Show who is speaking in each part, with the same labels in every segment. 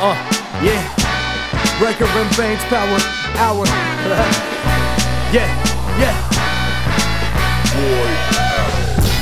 Speaker 1: Uh, yeah. Breaker and Bane's power hour. yeah, yeah.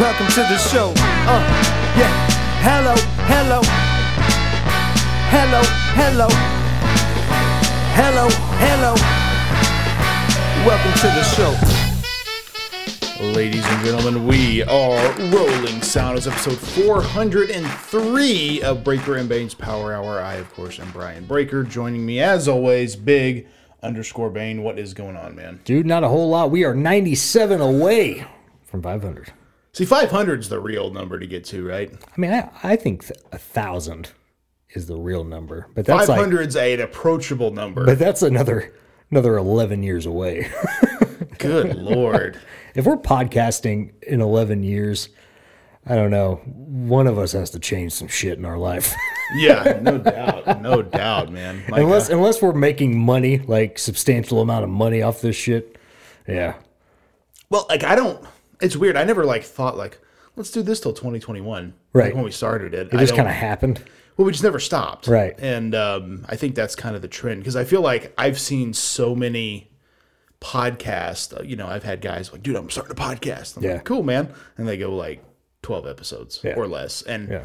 Speaker 1: Welcome to the show. Uh, yeah. Hello, hello. Hello, hello. Hello, hello. Welcome to the show.
Speaker 2: Ladies and gentlemen, we are Rolling Sound. It's episode 403 of Breaker and Bane's Power Hour. I, of course, am Brian Breaker. Joining me, as always, Big underscore Bane. What is going on, man?
Speaker 3: Dude, not a whole lot. We are 97 away from 500.
Speaker 2: See, 500 is the real number to get to, right?
Speaker 3: I mean, I, I think th- a thousand is the real number, but that's like,
Speaker 2: 500 is an approachable number.
Speaker 3: but that's another another 11 years away.
Speaker 2: Good lord.
Speaker 3: if we're podcasting in 11 years, I don't know. One of us has to change some shit in our life.
Speaker 2: Yeah, no doubt. No doubt, man. My
Speaker 3: unless
Speaker 2: God.
Speaker 3: unless we're making money, like substantial amount of money off this shit. Yeah.
Speaker 2: Well, like, I don't. It's weird. I never, like, thought, like, let's do this till 2021.
Speaker 3: Right.
Speaker 2: Like, when we started it.
Speaker 3: It
Speaker 2: I
Speaker 3: just
Speaker 2: don't-
Speaker 3: kind of happened.
Speaker 2: well, we just never stopped,
Speaker 3: Right.
Speaker 2: And um, I think that's kind of the trend because I feel like I've seen so many podcasts. uh, You know, I've had guys like, "Dude, I'm starting a podcast." I'm
Speaker 3: Yeah.
Speaker 2: like, "Cool, man," and they go like 12 episodes
Speaker 3: Yeah.
Speaker 2: or less, and
Speaker 3: Yeah.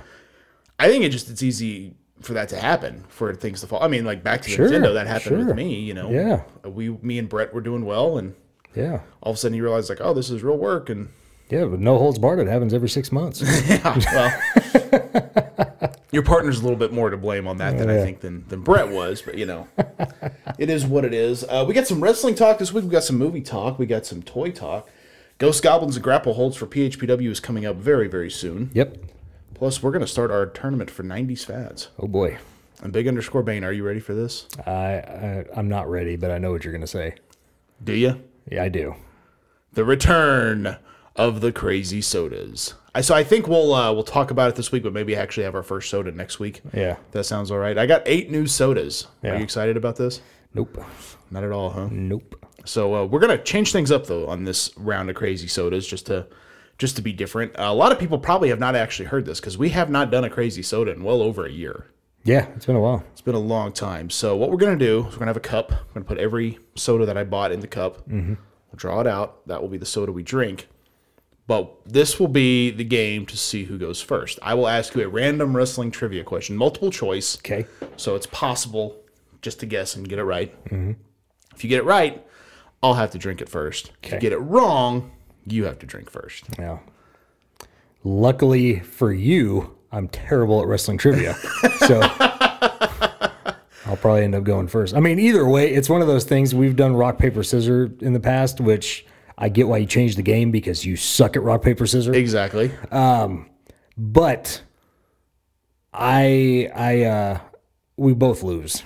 Speaker 2: I think it just it's easy for that to happen for things to fall. I mean, like back to the
Speaker 3: Sure,
Speaker 2: Nintendo, that happened
Speaker 3: sure.
Speaker 2: with me. You know,
Speaker 3: Yeah.
Speaker 2: we, me and Brett were doing well, and
Speaker 3: Yeah.
Speaker 2: all of a sudden you realize like, "Oh, this is real work," and
Speaker 3: Yeah, but no holds barred. It happens every six months.
Speaker 2: your partner's a little bit more to blame on that than I think than, than Brett was, but you know, it is what it is. Uh, we got some wrestling talk this week. We got some movie talk. We got some toy talk. Ghost Goblins and Grapple Holds for PHPW is coming up very very soon.
Speaker 3: yep.
Speaker 2: Plus, we're gonna start our tournament for '90s fads.
Speaker 3: Oh boy.
Speaker 2: And Big Underscore Bane, are you ready for this?
Speaker 3: I, I I'm not ready, but I know what you're gonna say.
Speaker 2: Do you?
Speaker 3: Yeah, I do.
Speaker 2: The return of the crazy sodas. I so I think we'll uh, we'll talk about it this week, but maybe actually have our first soda next week.
Speaker 3: Yeah.
Speaker 2: That sounds all right. I got eight new sodas.
Speaker 3: Yeah.
Speaker 2: Are you excited about this?
Speaker 3: Nope.
Speaker 2: Not at all, huh?
Speaker 3: Nope.
Speaker 2: So uh, we're gonna change things up though on this round of crazy sodas just to just to be different. a lot of people probably have not actually heard this because we have not done a crazy soda in well over a year.
Speaker 3: Yeah, it's been a while.
Speaker 2: It's been a long time. So what we're gonna do is we're gonna have a cup. We're gonna put every soda that I bought in the cup. We'll draw it out. That will be the soda we drink. But this will be the game to see who goes first. I will ask you a random wrestling trivia question, multiple choice.
Speaker 3: Okay.
Speaker 2: So it's possible just to guess and get it right. If you get it right, I'll have to drink it first. If
Speaker 3: Okay.
Speaker 2: you get it wrong, you have to drink first.
Speaker 3: Yeah. Luckily for you, I'm terrible at wrestling trivia. So I'll probably end up going first. I mean, either way, it's one of those things we've done rock, paper, scissors in the past, which I get why you changed the game because you suck at rock, paper, scissors.
Speaker 2: Exactly.
Speaker 3: but I I uh we both lose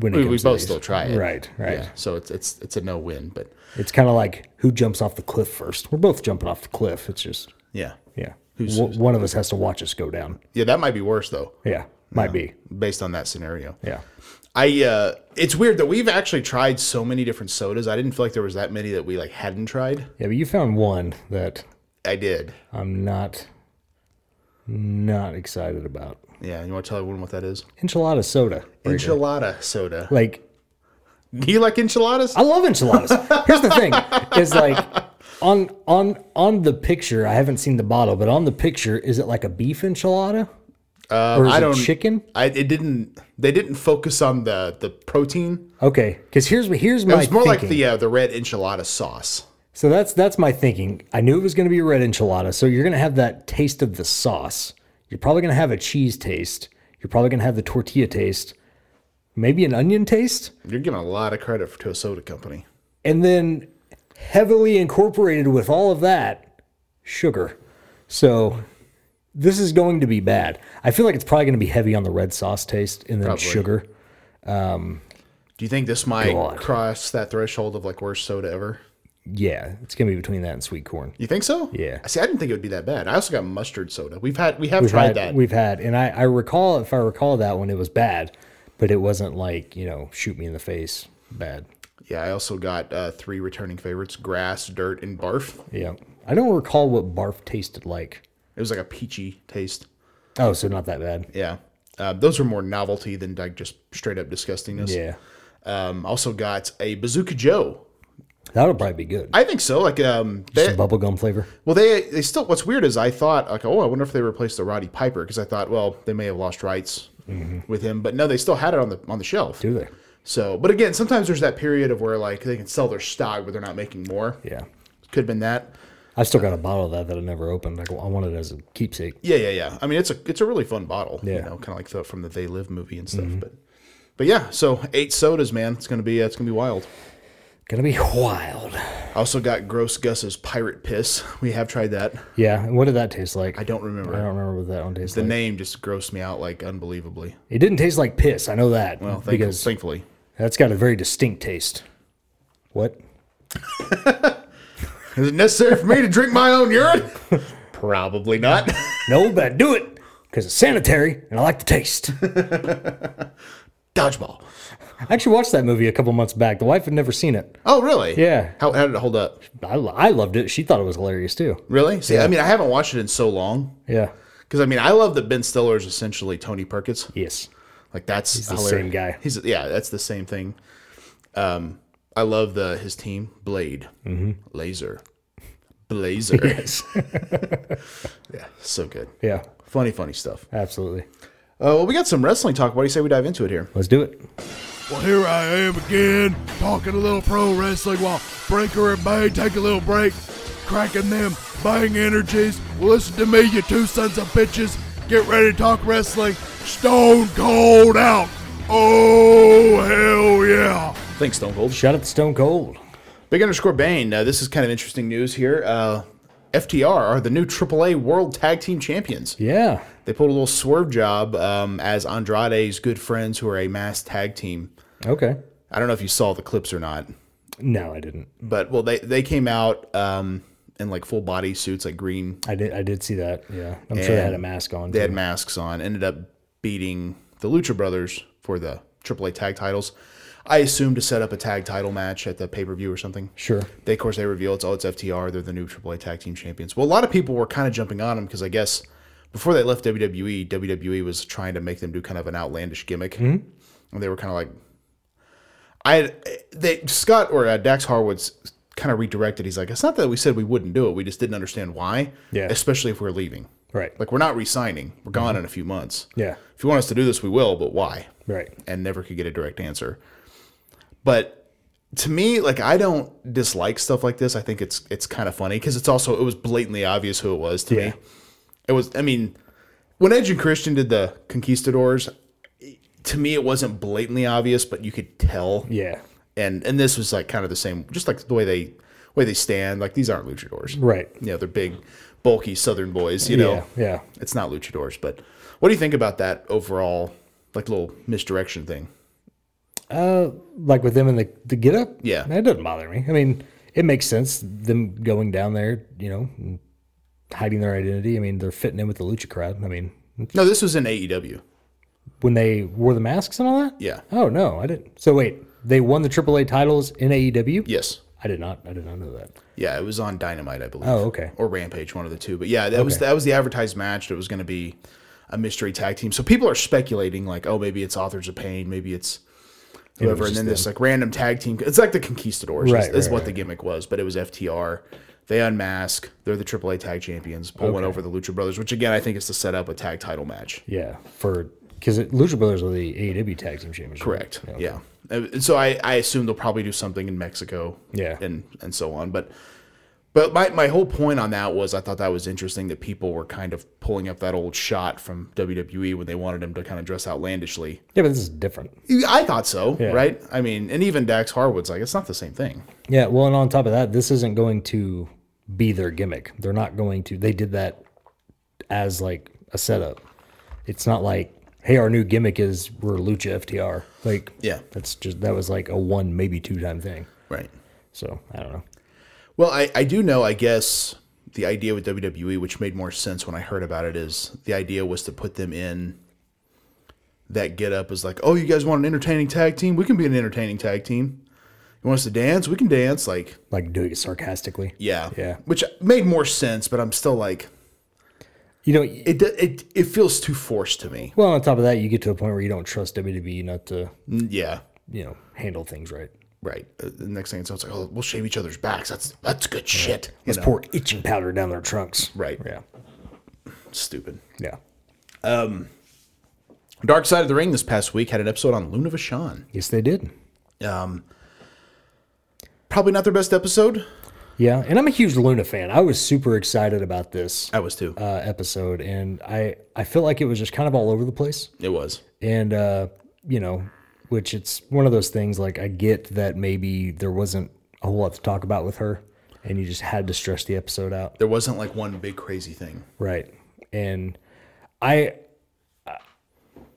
Speaker 3: when it
Speaker 2: we
Speaker 3: comes
Speaker 2: we
Speaker 3: to
Speaker 2: both
Speaker 3: these.
Speaker 2: still try it.
Speaker 3: Right, right.
Speaker 2: Yeah, so it's it's it's a no win, but
Speaker 3: It's kind of like who jumps off the cliff first. We're both jumping off the cliff. It's just
Speaker 2: yeah.
Speaker 3: yeah. Who's, one of us has to watch us go down.
Speaker 2: Yeah, that might be worse though,
Speaker 3: Yeah, might be.
Speaker 2: based on that scenario.
Speaker 3: Yeah.
Speaker 2: I uh it's weird that we've actually tried so many different sodas. I didn't feel like there was that many that we like hadn't tried.
Speaker 3: Yeah, but you found one that
Speaker 2: I did.
Speaker 3: I'm not not excited about.
Speaker 2: Yeah, you want to tell everyone what that is?
Speaker 3: Enchilada soda.
Speaker 2: Enchilada soda.
Speaker 3: Like
Speaker 2: Do you like enchiladas?
Speaker 3: I love enchiladas. Here's the thing: is like on on on the picture, I haven't seen the bottle, but on the picture, is it like a beef enchilada? or
Speaker 2: Uh,
Speaker 3: is
Speaker 2: I
Speaker 3: it
Speaker 2: don't-
Speaker 3: chicken?
Speaker 2: I it didn't. They didn't focus on the the protein.
Speaker 3: Okay, because here's here's my
Speaker 2: It was more
Speaker 3: thinking.
Speaker 2: like the uh, the red enchilada sauce.
Speaker 3: So that's that's my thinking. I knew it was going to be a red enchilada. So you're going to have that taste of the sauce. You're probably going to have a cheese taste. You're probably going to have the tortilla taste. Maybe an onion taste.
Speaker 2: You're giving a lot of credit for, to a soda company.
Speaker 3: And then heavily incorporated with all of that, sugar. So this is going to be bad. I feel like it's probably going to be heavy on the red sauce taste and then sugar.
Speaker 2: Do you think this might
Speaker 3: God.
Speaker 2: cross that threshold of like worst soda ever?
Speaker 3: Yeah, it's going to be between that and sweet corn.
Speaker 2: You think so?
Speaker 3: Yeah.
Speaker 2: See, I didn't think it would be that bad. I also got mustard soda. We've had we have
Speaker 3: we've
Speaker 2: tried
Speaker 3: had,
Speaker 2: that.
Speaker 3: We've had, and I, I recall if I recall that one, it was bad, but it wasn't like you know shoot me in the face bad.
Speaker 2: Yeah, I also got uh, three returning favorites: grass, dirt, and barf.
Speaker 3: Yeah, I don't recall what barf tasted like.
Speaker 2: It was like a peachy taste.
Speaker 3: Oh, so not that bad.
Speaker 2: Yeah, uh, those were more novelty than like just straight up disgustingness.
Speaker 3: Yeah,
Speaker 2: Um, also got a Bazooka Joe.
Speaker 3: that'll probably be good.
Speaker 2: I think so. Like um, they,
Speaker 3: Some bubblegum flavor.
Speaker 2: well, they they still. What's weird is I thought like, oh, I wonder if they replaced the Roddy Piper because I thought, well, they may have lost rights with him, but no, they still had it on the on the shelf.
Speaker 3: Mm-hmm. Do they?
Speaker 2: So, but again, sometimes there's that period of where like they can sell their stock, but they're not making more.
Speaker 3: Yeah,
Speaker 2: Could have been that.
Speaker 3: I've still got a bottle of that that I never opened. Like I want it as a keepsake.
Speaker 2: Yeah, yeah, yeah. I mean, it's a it's a really fun bottle. You
Speaker 3: Yeah. Mm-hmm.
Speaker 2: know, kind of like the, from the They Live movie and stuff. But but yeah, so eight sodas, man. It's gonna be uh, it's gonna be wild.
Speaker 3: Gonna be wild.
Speaker 2: I also got Gross Gus's Pirate Piss. We have tried that.
Speaker 3: Yeah, and what did that taste like?
Speaker 2: I don't remember.
Speaker 3: I don't remember what that one tasted.
Speaker 2: the
Speaker 3: like.
Speaker 2: name just grossed me out like unbelievably.
Speaker 3: It didn't taste like piss. I know that
Speaker 2: Well, thank,
Speaker 3: because
Speaker 2: thankfully,
Speaker 3: that's got a very distinct taste. What?
Speaker 2: is it necessary for me to drink my own urine? Probably not.
Speaker 3: No, but I do it because it's sanitary and I like the taste.
Speaker 2: Dodgeball.
Speaker 3: I actually watched that movie a couple months back. The wife had never seen it.
Speaker 2: Oh, really?
Speaker 3: Yeah.
Speaker 2: How, how did it hold up?
Speaker 3: I, I loved it. She thought it was hilarious too.
Speaker 2: Really? See, I mean, I haven't watched it in so long
Speaker 3: Yeah.
Speaker 2: because I mean, I love that Ben Stiller is essentially Tony Perkins.
Speaker 3: Yes.
Speaker 2: Like that's he's
Speaker 3: the same guy.
Speaker 2: He's yeah, that's the same thing. Um, I love the his team Blade,
Speaker 3: Mm-hmm.
Speaker 2: Laser, Blazer. yeah, so good.
Speaker 3: Yeah.
Speaker 2: Funny, funny stuff.
Speaker 3: Absolutely.
Speaker 2: Uh, well, we got some wrestling talk. Why do you say we dive into it here?
Speaker 3: Let's do it.
Speaker 4: Well, here I am again, talking a little pro wrestling while Breaker and Bay take a little break, cracking them bang energies. Well, listen to me, you two sons of bitches. Get ready to talk wrestling. Stone cold out. Oh, hell yeah.
Speaker 2: Thanks, Stone Cold.
Speaker 3: Shout out to Stone Cold.
Speaker 2: Big underscore Bane. Uh, this is kind of interesting news here. Uh, FTR are the new AAA World Tag Team Champions.
Speaker 3: Yeah.
Speaker 2: They pulled a little swerve job um, as Andrade's good friends, who are a mass tag team.
Speaker 3: Okay.
Speaker 2: I don't know if you saw the clips or not.
Speaker 3: No, I didn't.
Speaker 2: but well they they came out um in like full body suits like green
Speaker 3: I did. I did see that. Yeah. I'm sure they had a mask on.
Speaker 2: they had
Speaker 3: too.
Speaker 2: masks on ended up beating the lucha brothers for the aaa tag titles i assume to set up a tag title match at the pay-per-view or something
Speaker 3: sure.
Speaker 2: they of course they reveal it's all it's ftr they're the new aaa tag team champions well a lot of people were kind of jumping on them because i guess before they left E, wwe wwe was trying to make them do kind of an outlandish gimmick
Speaker 3: Hmm?
Speaker 2: and they were kind of like I they Scott or uh, Dax Harwood's kind of redirected. He's like, it's not that we said we wouldn't do it. We just didn't understand why.
Speaker 3: Yeah.
Speaker 2: Especially if we're leaving.
Speaker 3: Right.
Speaker 2: Like we're not resigning. We're gone in a few months.
Speaker 3: Mm-hmm. Yeah.
Speaker 2: If you want us to do this, we will. But why?
Speaker 3: Right.
Speaker 2: And never could get a direct answer. But to me, like I don't dislike stuff like this. I think it's it's kind of funny because it's also it was blatantly obvious who it was to
Speaker 3: Yeah.
Speaker 2: me. It was. I mean, when Edge and Christian did the Conquistadors. To me, it wasn't blatantly obvious, but you could tell
Speaker 3: Yeah.
Speaker 2: and and this was like kind of the same, just like the way they way they stand. Like these aren't luchadors,
Speaker 3: Right.
Speaker 2: You know, they're big, bulky Southern boys. You know,
Speaker 3: Yeah. Yeah.
Speaker 2: it's not luchadors. But what do you think about that overall, like little misdirection thing?
Speaker 3: like with them in the, the get up,
Speaker 2: Yeah.
Speaker 3: that doesn't bother me. I mean, it makes sense them going down there, you know, and hiding their identity. I mean, they're fitting in with the lucha crowd. I mean,
Speaker 2: No, this was in AEW.
Speaker 3: when they wore the masks and all that.
Speaker 2: Yeah.
Speaker 3: Oh no, I didn't. So wait, they won the AAA titles in AEW.
Speaker 2: Yes.
Speaker 3: I did not. I did not know that.
Speaker 2: Yeah, it was on Dynamite, I believe.
Speaker 3: Oh, okay.
Speaker 2: Or Rampage, one of the two. But yeah, that was that was the advertised match that was going to be a mystery tag team. So people are speculating like, oh, maybe it's Authors of Pain, maybe it's whoever, and then this like random tag team. It's like the Conquistadors.
Speaker 3: Right,
Speaker 2: is, is
Speaker 3: right,
Speaker 2: what the gimmick was, but it was FTR. They unmask. They're the AAA tag champions. Pull one over the Lucha Brothers, which again I think is to set up a tag title match.
Speaker 3: Yeah, for because Lucha Brothers are the AEW tag team champions. right?
Speaker 2: Correct. Yeah. Uh, And so I, I assume they'll probably do something in Mexico.
Speaker 3: Yeah.
Speaker 2: And and so on. But but my, my whole point on that was I thought that was interesting that people were kind of pulling up that old shot from WWE when they wanted him to kind of dress outlandishly.
Speaker 3: Yeah, but this is different.
Speaker 2: I thought so, right? I mean, and even Dax Harwood's like, it's not the same thing.
Speaker 3: Yeah, well, and on top of that, this isn't going to be their gimmick. They're not going to. They did that as like a setup. It's not like, hey, our new gimmick is we're Lucha FTR. Like,
Speaker 2: Yeah.
Speaker 3: that's just that was like a one maybe two time thing.
Speaker 2: Right.
Speaker 3: So I don't know.
Speaker 2: Well, I, I do know, I guess, the idea with WWE, which made more sense when I heard about it, is the idea was to put them in that get up is like, oh, you guys want an entertaining tag team? We can be an entertaining tag team. You want us to dance? We can dance. Like,
Speaker 3: Like doing it sarcastically.
Speaker 2: yeah.
Speaker 3: Yeah.
Speaker 2: Which made more sense, but I'm still like,
Speaker 3: You know.
Speaker 2: it, do- it, it feels too forced to me.
Speaker 3: well, on top of that, you get to the point where you don't trust WWE not to
Speaker 2: Yeah.
Speaker 3: you know handle things right.
Speaker 2: Right. Uh, The next thing it's it's like, oh, we'll shave each other's backs. That's that's good shit. You
Speaker 3: Let's
Speaker 2: know?
Speaker 3: pour itching powder down their trunks.
Speaker 2: Right.
Speaker 3: Yeah.
Speaker 2: Stupid.
Speaker 3: Yeah.
Speaker 2: Dark Side of the Ring this past week had an episode on Luna Vachon.
Speaker 3: Yes, they did.
Speaker 2: Um, probably not their best episode.
Speaker 3: Yeah, and I'm a huge Luna fan. I was super excited about this
Speaker 2: I was too.
Speaker 3: uh, episode, and I I feel like it was just kind of all over the place,
Speaker 2: it was.
Speaker 3: and uh, you know, which it's one of those things. Like I get that maybe there wasn't a whole lot to talk about with her, and you just had to stress the episode out.
Speaker 2: There wasn't like one big crazy thing.
Speaker 3: Right. And I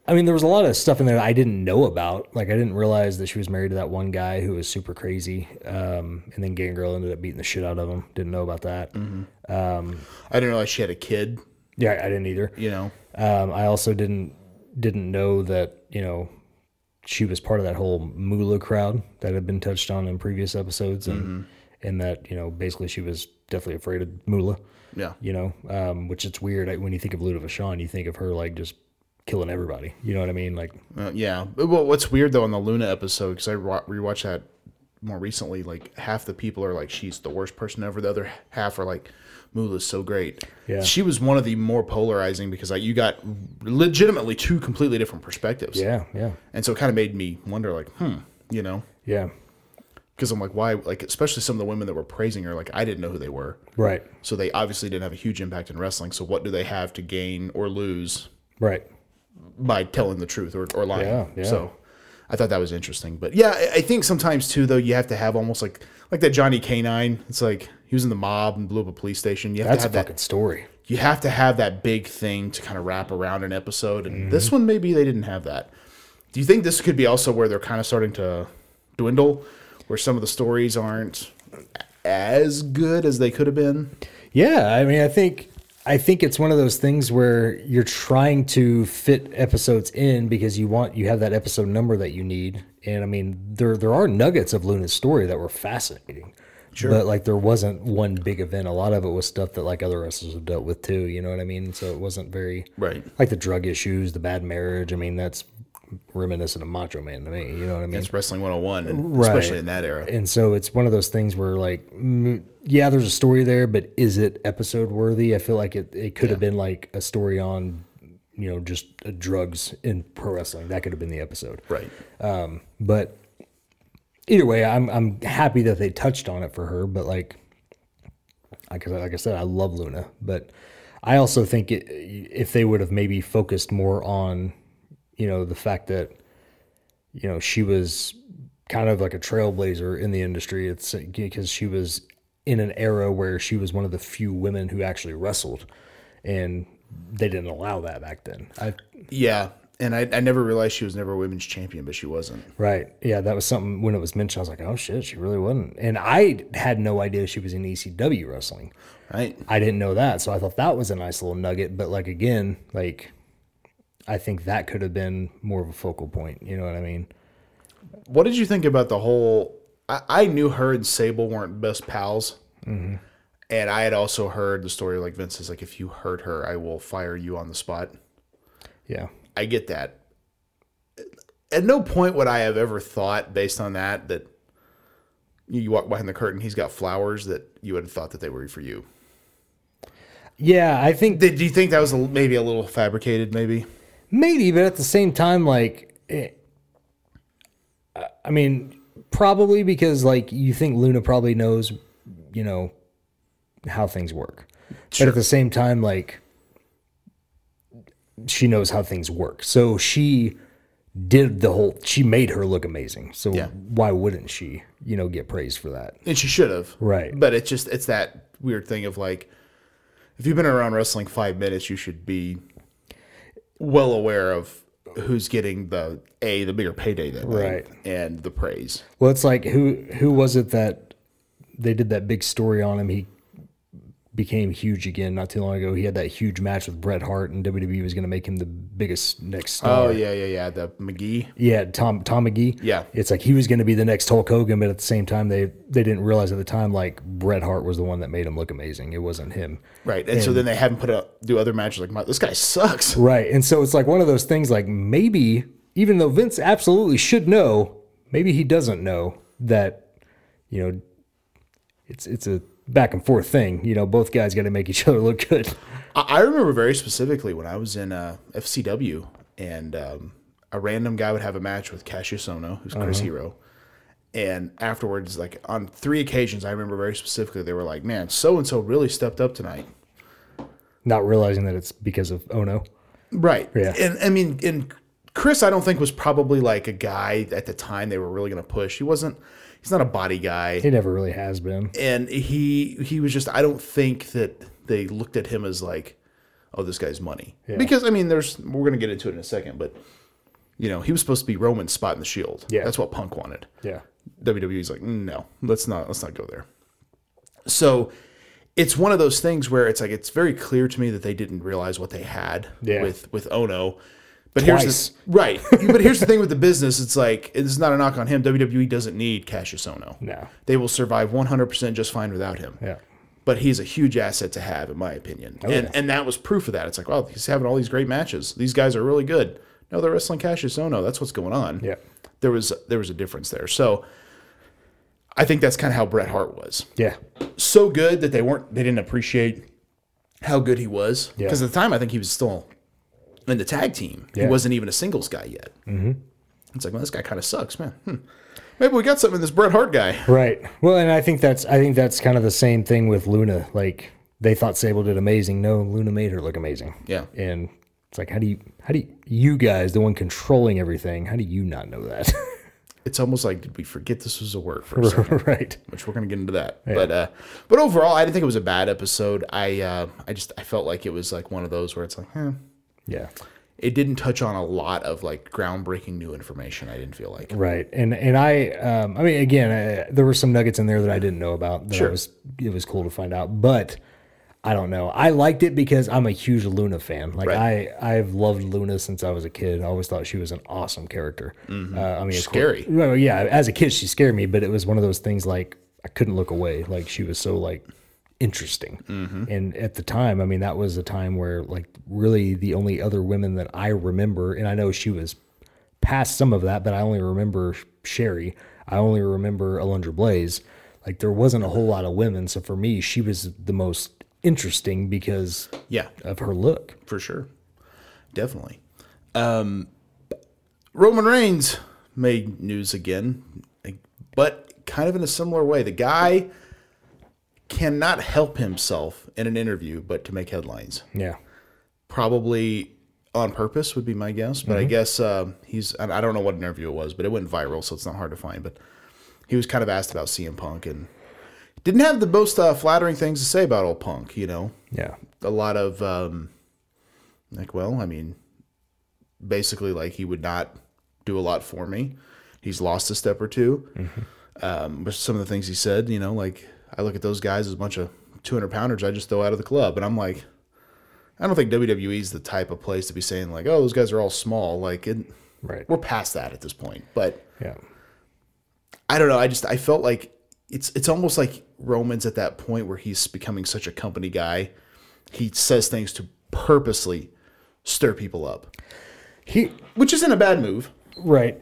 Speaker 3: I mean there was a lot of stuff in there that I didn't know about. Like I didn't realize that she was married to that one guy who was super crazy. Um and then Gangrel ended up beating the shit out of him. Didn't know about that.
Speaker 2: I didn't realize she had a kid.
Speaker 3: Yeah, I didn't either.
Speaker 2: You know.
Speaker 3: Um I also didn't didn't know that, you know, she was part of that whole Mula crowd that had been touched on in previous episodes and
Speaker 2: Mm-hmm.
Speaker 3: and that, you know, basically she was definitely afraid of Mula.
Speaker 2: Yeah.
Speaker 3: you know, um, which it's weird. I, when you think of Luda Vachon, you think of her like just killing everybody. You know what I mean? Like,
Speaker 2: Uh, yeah. But what- what's weird though on the Luna episode because I wa- rewatched that more recently. Like half the people are like she's the worst person ever. The other half are like Mula's so great.
Speaker 3: Yeah.
Speaker 2: She was one of the more polarizing because like you got legitimately two completely different perspectives.
Speaker 3: yeah, yeah,
Speaker 2: And so it kind of made me wonder like, hmm, you know.
Speaker 3: yeah,
Speaker 2: because I'm like, why? Like, especially some of the women that were praising her, like, I didn't know who they were.
Speaker 3: right,
Speaker 2: So they obviously didn't have a huge impact in wrestling. So what do they have to gain or lose
Speaker 3: right.
Speaker 2: by telling the truth or, or lying?
Speaker 3: Yeah, yeah.
Speaker 2: So I thought that was interesting. But yeah, I- I think sometimes too, though, you have to have almost like like that Johnny Canine. It's like he was in the mob and blew up a police station. You have
Speaker 3: That's
Speaker 2: to
Speaker 3: a
Speaker 2: have
Speaker 3: fucking
Speaker 2: that.
Speaker 3: story.
Speaker 2: You have to have that big thing to kind of wrap around an episode. And this
Speaker 3: Mm-hmm.
Speaker 2: one maybe they didn't have that. Do you think this could be also where they're kind of starting to dwindle, where some of the stories aren't as good as they could have been?
Speaker 3: Yeah, I mean, I think I think it's one of those things where you're trying to fit episodes in because you want you have that episode number that you need. And I mean, there there are nuggets of Luna's story that were fascinating. Sure. But like there wasn't one big event. A lot of it was stuff that like other wrestlers have dealt with too, you know what I mean? So it wasn't very
Speaker 2: Right.
Speaker 3: Like the drug issues, the bad marriage. I mean, that's reminiscent of Macho Man to me, you know what I mean?
Speaker 2: It's Wrestling 101, and
Speaker 3: Right.
Speaker 2: especially in that era.
Speaker 3: And so it's one of those things where like, mm, yeah, there's a story there, but is it episode worthy? I feel like it, it could have been like a story on, you know, just uh, drugs in pro wrestling. That could have been the episode.
Speaker 2: Right.
Speaker 3: But either way, I'm, I'm happy that they touched on it for her, but like, I, cause like I said, I love Luna, but I also think it, if they would have maybe focused more on, you know, the fact that, you know, she was kind of like a trailblazer in the industry. It's because she was in an era where she was one of the few women who actually wrestled, and they didn't allow that back then. I,
Speaker 2: Yeah. And I, I never realized she was never a women's champion, but she wasn't.
Speaker 3: right? Yeah, that was something when it was mentioned. I was like, oh shit, she really wasn't, and I had no idea she was in ECW wrestling.
Speaker 2: Right.
Speaker 3: I didn't know that, so I thought that was a nice little nugget. But like again, like I think that could have been more of a focal point. You know what I mean?
Speaker 2: What did you think about the whole? I, I knew her and Sable weren't best pals, and I had also heard the story like Vince is like, if you hurt her, I will fire you on the spot.
Speaker 3: Yeah,
Speaker 2: I get that. At no point would I have ever thought, based on that, that you walk behind the curtain, he's got flowers that you would have thought that they were for you.
Speaker 3: Yeah, I think
Speaker 2: Did do you think that was a, maybe a little fabricated? Maybe
Speaker 3: Maybe, but at the same time, like, eh, I- I mean, probably because like you think Luna probably knows, you know, how things work, but at the same time, like, she knows how things work, so she did the whole. She made her look amazing, so
Speaker 2: Yeah.
Speaker 3: why wouldn't she, you know, get praised for that?
Speaker 2: and she should have.
Speaker 3: Right.
Speaker 2: But it's just it's that weird thing of like, if you've been around wrestling five minutes, you should be well aware of who's getting the a the bigger payday that night
Speaker 3: Right.
Speaker 2: and the praise.
Speaker 3: Well, it's like who who was it that they did that big story on him? He became huge again not too long ago. He had that huge match with Bret Hart, and WWE was going to make him the biggest next star.
Speaker 2: Oh yeah, yeah, yeah. The McGee.
Speaker 3: yeah, Tom Tom McGee.
Speaker 2: Yeah.
Speaker 3: it's like he was going to be the next Hulk Hogan, but at the same time, they they didn't realize at the time like Bret Hart was the one that made him look amazing. It wasn't him.
Speaker 2: Right. And, so then they haven't put up do other matches like "My- this guy sucks.
Speaker 3: Right. And so it's like one of those things like maybe even though Vince absolutely should know, maybe he doesn't know that you know it's it's a back and forth thing. You know, both guys got to make each other look good.
Speaker 2: I, I remember very specifically when I was in uh, FCW and um, a random guy would have a match with Cassius Ono, who's Chris Hero. And afterwards, like on three occasions, I remember very specifically, they were like, man, so and so really stepped up tonight.
Speaker 3: Not realizing that it's because of oh no.
Speaker 2: Right.
Speaker 3: Yeah.
Speaker 2: And I mean, and Chris, I don't think was probably like a guy at the time they were really going to push. He wasn't, he's not a body guy.
Speaker 3: It never really has been.
Speaker 2: and he he was just I don't think that they looked at him as like, oh, this guy's money. Because I mean, there's we're gonna get into it in a second, but you know, he was supposed to be Roman's spot in the Shield.
Speaker 3: Yeah.
Speaker 2: that's what Punk wanted.
Speaker 3: Yeah.
Speaker 2: WWE's E like, no, let's not let's not go there. So it's one of those things where it's like it's very clear to me that they didn't realize what they had
Speaker 3: Yeah.
Speaker 2: with with Ono. But here's
Speaker 3: Twice.
Speaker 2: the, right. but here's the thing with the business. It's like it's not a knock on him. WWE doesn't need Cassius Ono.
Speaker 3: No.
Speaker 2: They will survive 100% just fine without him
Speaker 3: Yeah. Oh,
Speaker 2: but he's a huge asset to have, in my opinion. and and that was proof of that. It's like, well, he's having all these great matches. These guys are really good. No, they're wrestling Cassius Ono. That's what's going on.
Speaker 3: Yeah.
Speaker 2: There was there was a difference there. So I think that's kind of how Bret Hart was.
Speaker 3: Yeah.
Speaker 2: So good that they weren't they didn't appreciate how good he was.
Speaker 3: Yeah.
Speaker 2: Because at the time I think he was still in the tag team. He
Speaker 3: Yeah.
Speaker 2: wasn't even a singles guy yet. Mm-hmm. It's like, well, this guy kind of sucks, man. Hmm. Maybe we got something in this Bret Hart guy.
Speaker 3: Right. Well, and I think that's I think that's kind of the same thing with Luna. Like they thought Sable did amazing. No, Luna made her look amazing.
Speaker 2: Yeah.
Speaker 3: And it's like how do you how do you, you guys, the one controlling everything, how do you not know that?
Speaker 2: It's almost like, did we forget this was a work for a second?
Speaker 3: right.
Speaker 2: which we're gonna get into that. But uh, but overall, I didn't think it was a bad episode. I uh, I just I felt like it was like one of those where it's like, eh.
Speaker 3: Yeah.
Speaker 2: it didn't touch on a lot of like groundbreaking new information. I didn't feel like
Speaker 3: Right. And and I um I mean again, I, there were some nuggets in there that I didn't know about that I was it was cool to find out, but I don't know. I liked it because I'm a huge Luna fan. Like
Speaker 2: Right.
Speaker 3: I I've loved Luna since I was a kid. I always thought she was an awesome character. Uh, I mean, of course-
Speaker 2: scary.
Speaker 3: Well, yeah, as a kid, she scared me, but it was one of those things like I couldn't look away. Like she was so like interesting. And at the time, I mean, that was a time where like really the only other women that I remember, and I know she was past some of that, but I only remember Sherry. I only remember Alundra Blaze. Like there wasn't a whole lot of women, so for me, she was the most interesting because
Speaker 2: Yeah,
Speaker 3: of her look.
Speaker 2: for sure, definitely. Um, Roman Reigns made news again, but kind of in a similar way. The guy cannot help himself in an interview but to make headlines.
Speaker 3: Yeah.
Speaker 2: probably on purpose would be my guess but i guess um, he's and i don't know what interview it was but it went viral so it's not hard to find but he was kind of asked about cm punk and didn't have the most uh, flattering things to say about old punk you know
Speaker 3: Yeah.
Speaker 2: a lot of um, like well i mean basically like he would not do a lot for me he's lost a step or 2 um, but some of the things he said you know like i look at those guys as a bunch of 200 pounders i just throw out of the club and i'm like i don't think wwe is the type of place to be saying like oh those guys are all small like it,
Speaker 3: Right.
Speaker 2: we're past that at this point but
Speaker 3: Yeah.
Speaker 2: I don't know. I just I felt like it's it's almost like Roman's at that point where he's becoming such a company guy. He says things to purposely stir people up,
Speaker 3: He
Speaker 2: which isn't a bad move.
Speaker 3: Right.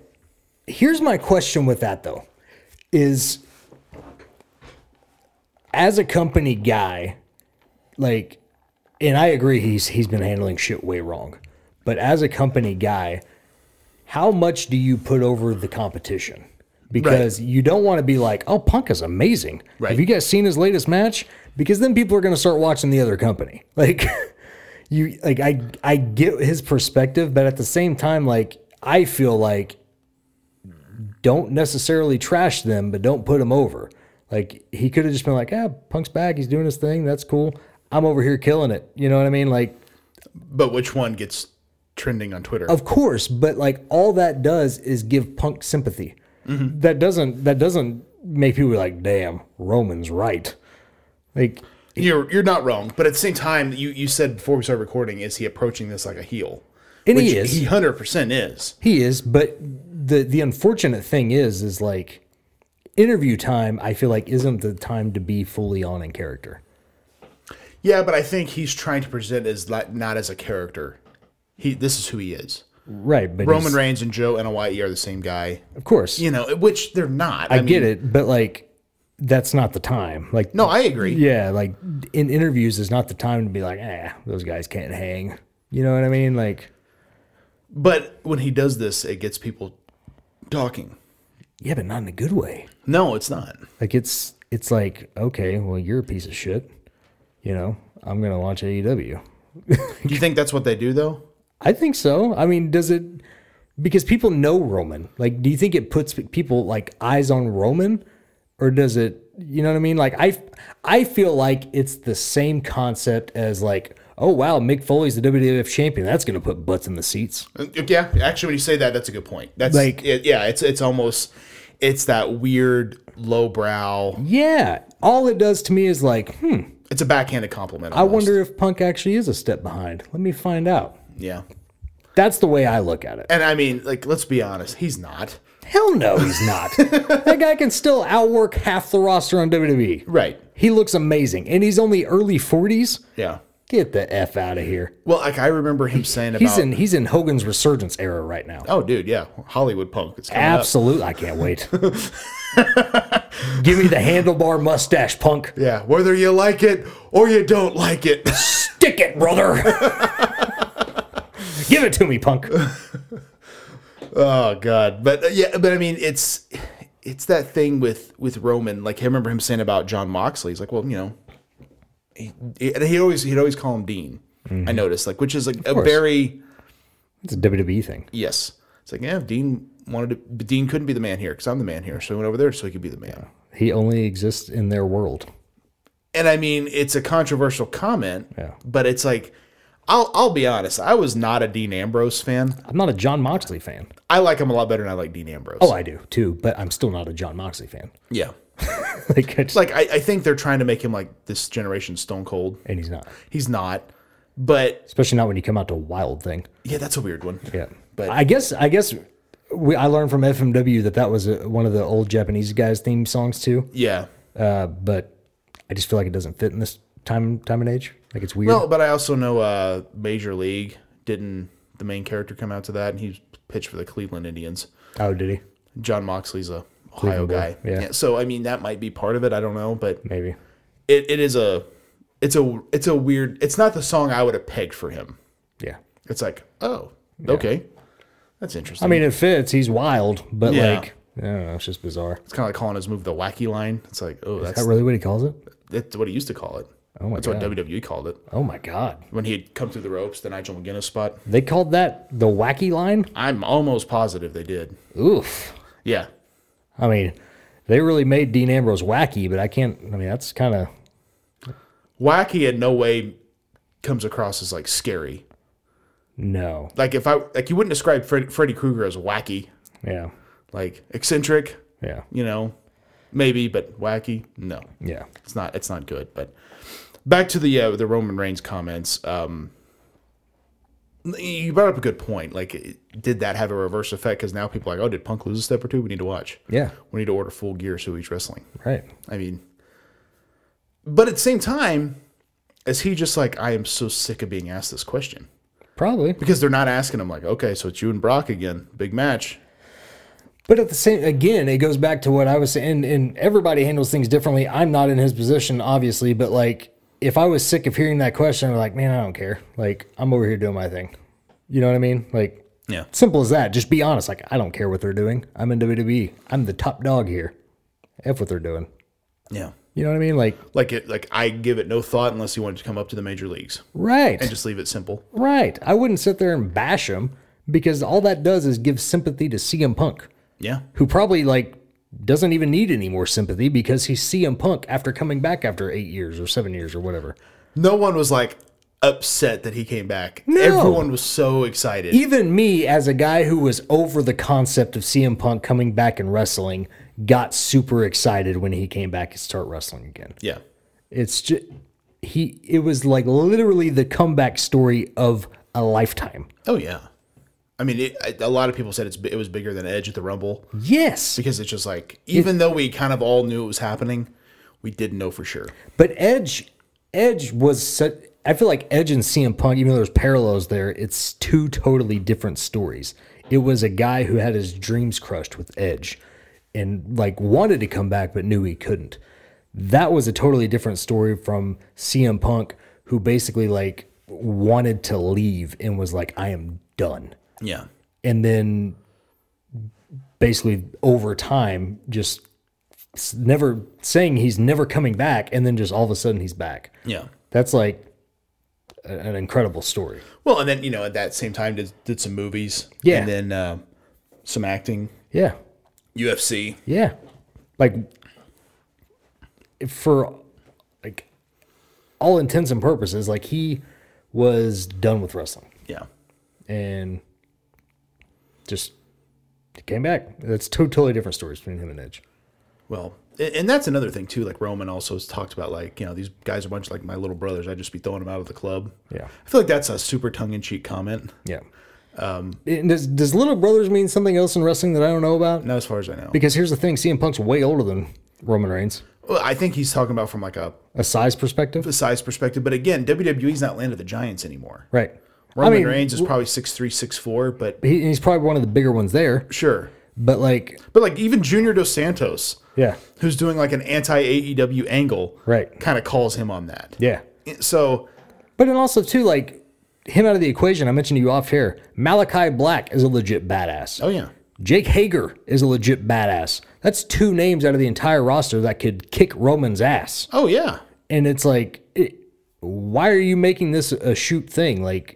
Speaker 3: Here's my question with that though is as a company guy, like, and I agree he's he's been handling shit way wrong, but as a company guy, how much do you put over the competition? Because you don't want to be like, oh, Punk is amazing.
Speaker 2: Right.
Speaker 3: Have you guys seen his latest match? Because then people are going to start watching the other company. Like, you like I I get his perspective, but at the same time, like I feel like don't necessarily trash them, but don't put them over. Like he could have just been like, "Ah, Punk's back. He's doing his thing. That's cool. I'm over here killing it." You know what I mean? Like,
Speaker 2: But which one gets trending on Twitter?
Speaker 3: of course, but like all that does is give Punk sympathy. That doesn't that doesn't make people be like, "Damn, Roman's right." Like,
Speaker 2: You're you're not wrong, but at the same time, you you said before we started recording, is he approaching this like a heel?
Speaker 3: and he is.
Speaker 2: He hundred percent is.
Speaker 3: He is, but the the unfortunate thing is, is like interview time. I feel like isn't the time to be fully on in character.
Speaker 2: Yeah, but I think he's trying to present as like, not as a character. He this is who he is.
Speaker 3: Right, but
Speaker 2: Roman
Speaker 3: he's-
Speaker 2: Reigns and Joe NYE are the same guy,
Speaker 3: of course,
Speaker 2: you know, which they're not.
Speaker 3: I, get it, but like that's not the time. Like
Speaker 2: No, I agree.
Speaker 3: yeah, like in interviews is not the time to be like, ah, those guys can't hang. You know what I mean? Like
Speaker 2: But when he does this, it gets people talking.
Speaker 3: yeah, but not in a good way.
Speaker 2: No, it's not.
Speaker 3: Like it's it's like okay, well you're a piece of shit. You know, I'm gonna E launch AEW.
Speaker 2: Do you think that's what they do though?
Speaker 3: I think so. I mean, does it because people know Roman? Like, do you think it puts people like eyes on Roman, or does it? You know what I mean? Like, I I feel like it's the same concept as like, oh wow, Mick Foley's the WWF champion. That's gonna put butts in the seats.
Speaker 2: Uh, Yeah, actually, when you say that, that's a good point. That's
Speaker 3: Like-
Speaker 2: like, it, yeah, it's it's almost it's that weird lowbrow.
Speaker 3: Yeah. All it does to me is like, hmm.
Speaker 2: It's a backhanded compliment.
Speaker 3: I
Speaker 2: almost.
Speaker 3: wonder if Punk actually is a step behind. Let me find out.
Speaker 2: Yeah,
Speaker 3: That's the way I look at it.
Speaker 2: and I mean, like, let's be honest, he's not
Speaker 3: Hell no, he's not. that guy can still outwork half the roster on WWE.
Speaker 2: right.
Speaker 3: He looks amazing, and he's only early forties.
Speaker 2: Yeah.
Speaker 3: Get the f out of here.
Speaker 2: Well, like I remember him saying about
Speaker 3: He's in he's in Hogan's resurgence era right now.
Speaker 2: oh, dude, yeah, Hollywood punk. It's coming up.
Speaker 3: Absolutely, I can't wait. Give me the handlebar mustache, punk.
Speaker 2: Yeah, whether you like it or you don't like it.
Speaker 3: Stick it, brother. Give it to me, punk.
Speaker 2: oh God, but uh, yeah, but I mean, it's it's that thing with with Roman. Like I remember him saying about John Moxley. He's like, well, you know, he, and he always he'd always call him Dean. I noticed, like, which is like a
Speaker 3: Mm-hmm. course.
Speaker 2: very
Speaker 3: It's a WWE thing.
Speaker 2: yes. It's like yeah, Dean wanted to, but Dean couldn't be the man here because I'm the man here, so he went over there so he could be the man.
Speaker 3: He only exists in their world.
Speaker 2: And I mean, it's a controversial comment,
Speaker 3: Yeah.
Speaker 2: but it's like. I'll, I'll be honest. I was not a Dean Ambrose fan.
Speaker 3: I'm not a John Moxley fan.
Speaker 2: I like him a lot better than I like Dean Ambrose.
Speaker 3: Oh, I do too, but I'm still not a John Moxley fan.
Speaker 2: yeah.
Speaker 3: Like, I just,
Speaker 2: like I, I think they're trying to make him like this generation Stone Cold.
Speaker 3: and he's not,
Speaker 2: He's not, but
Speaker 3: especially not when you come out to Wild Thing.
Speaker 2: yeah, that's a weird one.
Speaker 3: Yeah,
Speaker 2: But-
Speaker 3: but I guess I guess we, I learned from FMW that that was a, one of the old Japanese guys' theme songs too.
Speaker 2: Yeah.
Speaker 3: Uh, but I just feel like it doesn't fit in this time time and age. Like it's weird.
Speaker 2: Well, but I also know uh Major League didn't the main character come out to that, and he pitched for the Cleveland Indians.
Speaker 3: oh, did he?
Speaker 2: John Moxley's a Ohio
Speaker 3: Cleveland boy,
Speaker 2: guy.
Speaker 3: yeah.
Speaker 2: So I mean, that might be part of it. I don't know, but
Speaker 3: Maybe.
Speaker 2: it, it is a it's a it's a weird. It's not the song I would have pegged for him.
Speaker 3: Yeah.
Speaker 2: It's like oh okay, that's interesting.
Speaker 3: I mean, it fits. He's wild, but
Speaker 2: Yeah.
Speaker 3: like I don't know. It's just bizarre.
Speaker 2: it's kind of like calling his move the wacky line. It's like oh
Speaker 3: Is
Speaker 2: that's
Speaker 3: that really what he calls it?
Speaker 2: That's what he used to call it.
Speaker 3: Oh my
Speaker 2: That's
Speaker 3: God.
Speaker 2: what WWE called it.
Speaker 3: Oh my god,
Speaker 2: When he had come through the ropes, the Nigel McGuinness spot.
Speaker 3: they called that the wacky line.
Speaker 2: I'm almost positive they did.
Speaker 3: Oof.
Speaker 2: Yeah.
Speaker 3: I mean, they really made Dean Ambrose wacky, but I can't. I mean, that's kind of
Speaker 2: Wacky in no way comes across as like scary.
Speaker 3: no.
Speaker 2: Like if I like you wouldn't describe Fred, Freddy Krueger as wacky,
Speaker 3: Yeah.
Speaker 2: like eccentric,
Speaker 3: Yeah.
Speaker 2: you know, maybe, but wacky, no.
Speaker 3: Yeah.
Speaker 2: It's not it's not good, but back to the uh, the Roman Reigns comments. Um you brought up a good point. Like, did that have a reverse effect? Because now people are like, oh, did Punk lose a step or two? We need to watch.
Speaker 3: Yeah.
Speaker 2: we need to order full gear so he's wrestling.
Speaker 3: Right.
Speaker 2: I mean, but at the same time, is he just like, I am so sick of being asked this question?
Speaker 3: Probably.
Speaker 2: Because they're not asking him, like, okay, so it's you and Brock again, big match.
Speaker 3: But at the same, again, it goes back to what I was saying, and, and everybody handles things differently. I'm not in his position, obviously, but like, if I was sick of hearing that question, I'm like, man, I don't care. Like, I'm over here doing my thing. You know what I mean? Like,
Speaker 2: Yeah.
Speaker 3: simple as that. Just be honest. Like, I don't care what they're doing. I'm in WWE. I'm the top dog here. F what they're doing.
Speaker 2: Yeah.
Speaker 3: You know what I mean? Like,
Speaker 2: Like it, like I give it no thought unless you want to come up to the major leagues
Speaker 3: right,
Speaker 2: and just leave it simple.
Speaker 3: right. I wouldn't sit there and bash him because all that does is give sympathy to CM Punk.
Speaker 2: Yeah.
Speaker 3: who probably like doesn't even need any more sympathy because he's CM Punk after coming back after eight years or seven years or whatever.
Speaker 2: No one was like upset that he came back.
Speaker 3: No.
Speaker 2: Everyone was so excited.
Speaker 3: Even me, as a guy who was over the concept of CM Punk coming back and wrestling, got super excited when he came back and start wrestling again.
Speaker 2: yeah.
Speaker 3: It's just he. It was like literally the comeback story of a lifetime.
Speaker 2: Oh yeah. I mean, it, I- a lot of people said it's bi- it was bigger than Edge at the Rumble
Speaker 3: Yes,
Speaker 2: because it's just like even though we kind of all knew it was happening, we didn't know for sure.
Speaker 3: but Edge, Edge was. Such, I feel like Edge and CM Punk, even though there's parallels there, it's two totally different stories. It was a guy who had his dreams crushed with Edge, and like wanted to come back but knew he couldn't. That was a totally different story from CM Punk, who basically like wanted to leave and was like, "I am done."
Speaker 2: Yeah.
Speaker 3: and then basically over time just s- never saying he's never coming back and then just all of a sudden he's back
Speaker 2: Yeah.
Speaker 3: that's like a- an incredible story
Speaker 2: Well, and then you know at that same time did, did some movies.
Speaker 3: Yeah.
Speaker 2: And then uh, some acting.
Speaker 3: yeah
Speaker 2: UFC.
Speaker 3: yeah like for like all intents and purposes like he was done with wrestling
Speaker 2: Yeah.
Speaker 3: and just came back that's two totally different stories between him and edge
Speaker 2: Well, a- and that's another thing too. Like Roman also has talked about, like you know, these guys are a bunch like my little brothers. I'd just be throwing them out of the club.
Speaker 3: Yeah.
Speaker 2: I feel like that's a super tongue in cheek comment.
Speaker 3: Yeah.
Speaker 2: Um,
Speaker 3: And does does little brothers mean something else in wrestling that I don't know about?
Speaker 2: Not as far as I know.
Speaker 3: Because here's the thing: CM Punk's way older than Roman Reigns,
Speaker 2: Well, I think he's talking about from like a
Speaker 3: a size perspective,
Speaker 2: the size perspective, but again, WWE's not land of the giants anymore.
Speaker 3: right?
Speaker 2: Roman
Speaker 3: I mean,
Speaker 2: Reigns is probably six three, six four, but
Speaker 3: he, he's probably one of the bigger ones there,
Speaker 2: sure.
Speaker 3: but like,
Speaker 2: But like even Junior Dos Santos,
Speaker 3: yeah,
Speaker 2: who's doing like an anti AEW angle,
Speaker 3: Right.
Speaker 2: Kind of calls him on that.
Speaker 3: yeah.
Speaker 2: So
Speaker 3: But and also too, like him out of the equation. I mentioned to you off here. Malachi Black is a legit badass.
Speaker 2: oh yeah.
Speaker 3: Jake Hager is a legit badass. That's two names out of the entire roster that could kick Roman's ass.
Speaker 2: Oh yeah.
Speaker 3: and it's like it, why are you making this a shoot thing like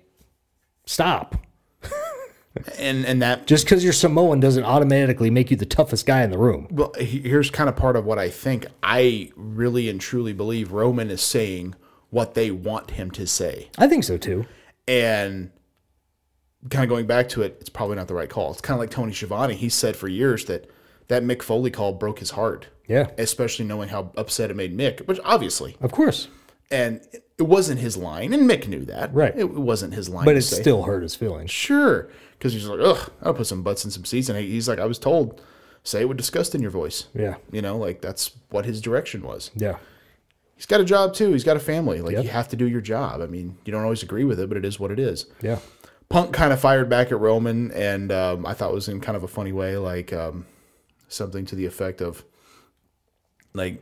Speaker 3: stop
Speaker 2: And and that
Speaker 3: just because you're samoan doesn't automatically make you the toughest guy in the room
Speaker 2: Well, he- here's kind of part of what I think. I really and truly believe Roman is saying what they want him to say.
Speaker 3: i think so too
Speaker 2: And kind of going back to it, it's probably not the right call. It's kind of like Tony Schiavone. He said for years that that Mick Foley call broke his heart,
Speaker 3: yeah
Speaker 2: especially knowing how upset it made Mick, which obviously,
Speaker 3: of course
Speaker 2: and it wasn't his line, and Mick knew that.
Speaker 3: Right.
Speaker 2: It wasn't his line.
Speaker 3: but
Speaker 2: to
Speaker 3: it
Speaker 2: say.
Speaker 3: still hurt his feelings
Speaker 2: Sure. Because he's like, ugh, I'll put some butts in some seats. And he- he's like, I was told, say it with disgust in your voice.
Speaker 3: Yeah.
Speaker 2: You know, like that's what his direction was.
Speaker 3: yeah
Speaker 2: He's got a job too. He's got a family. Like you have to do your job. I mean, you don't always agree with it, but it is what it is.
Speaker 3: yeah
Speaker 2: Punk kind of fired back at Roman, and um, I thought it was in kind of a funny way, like um, something to the effect of, like,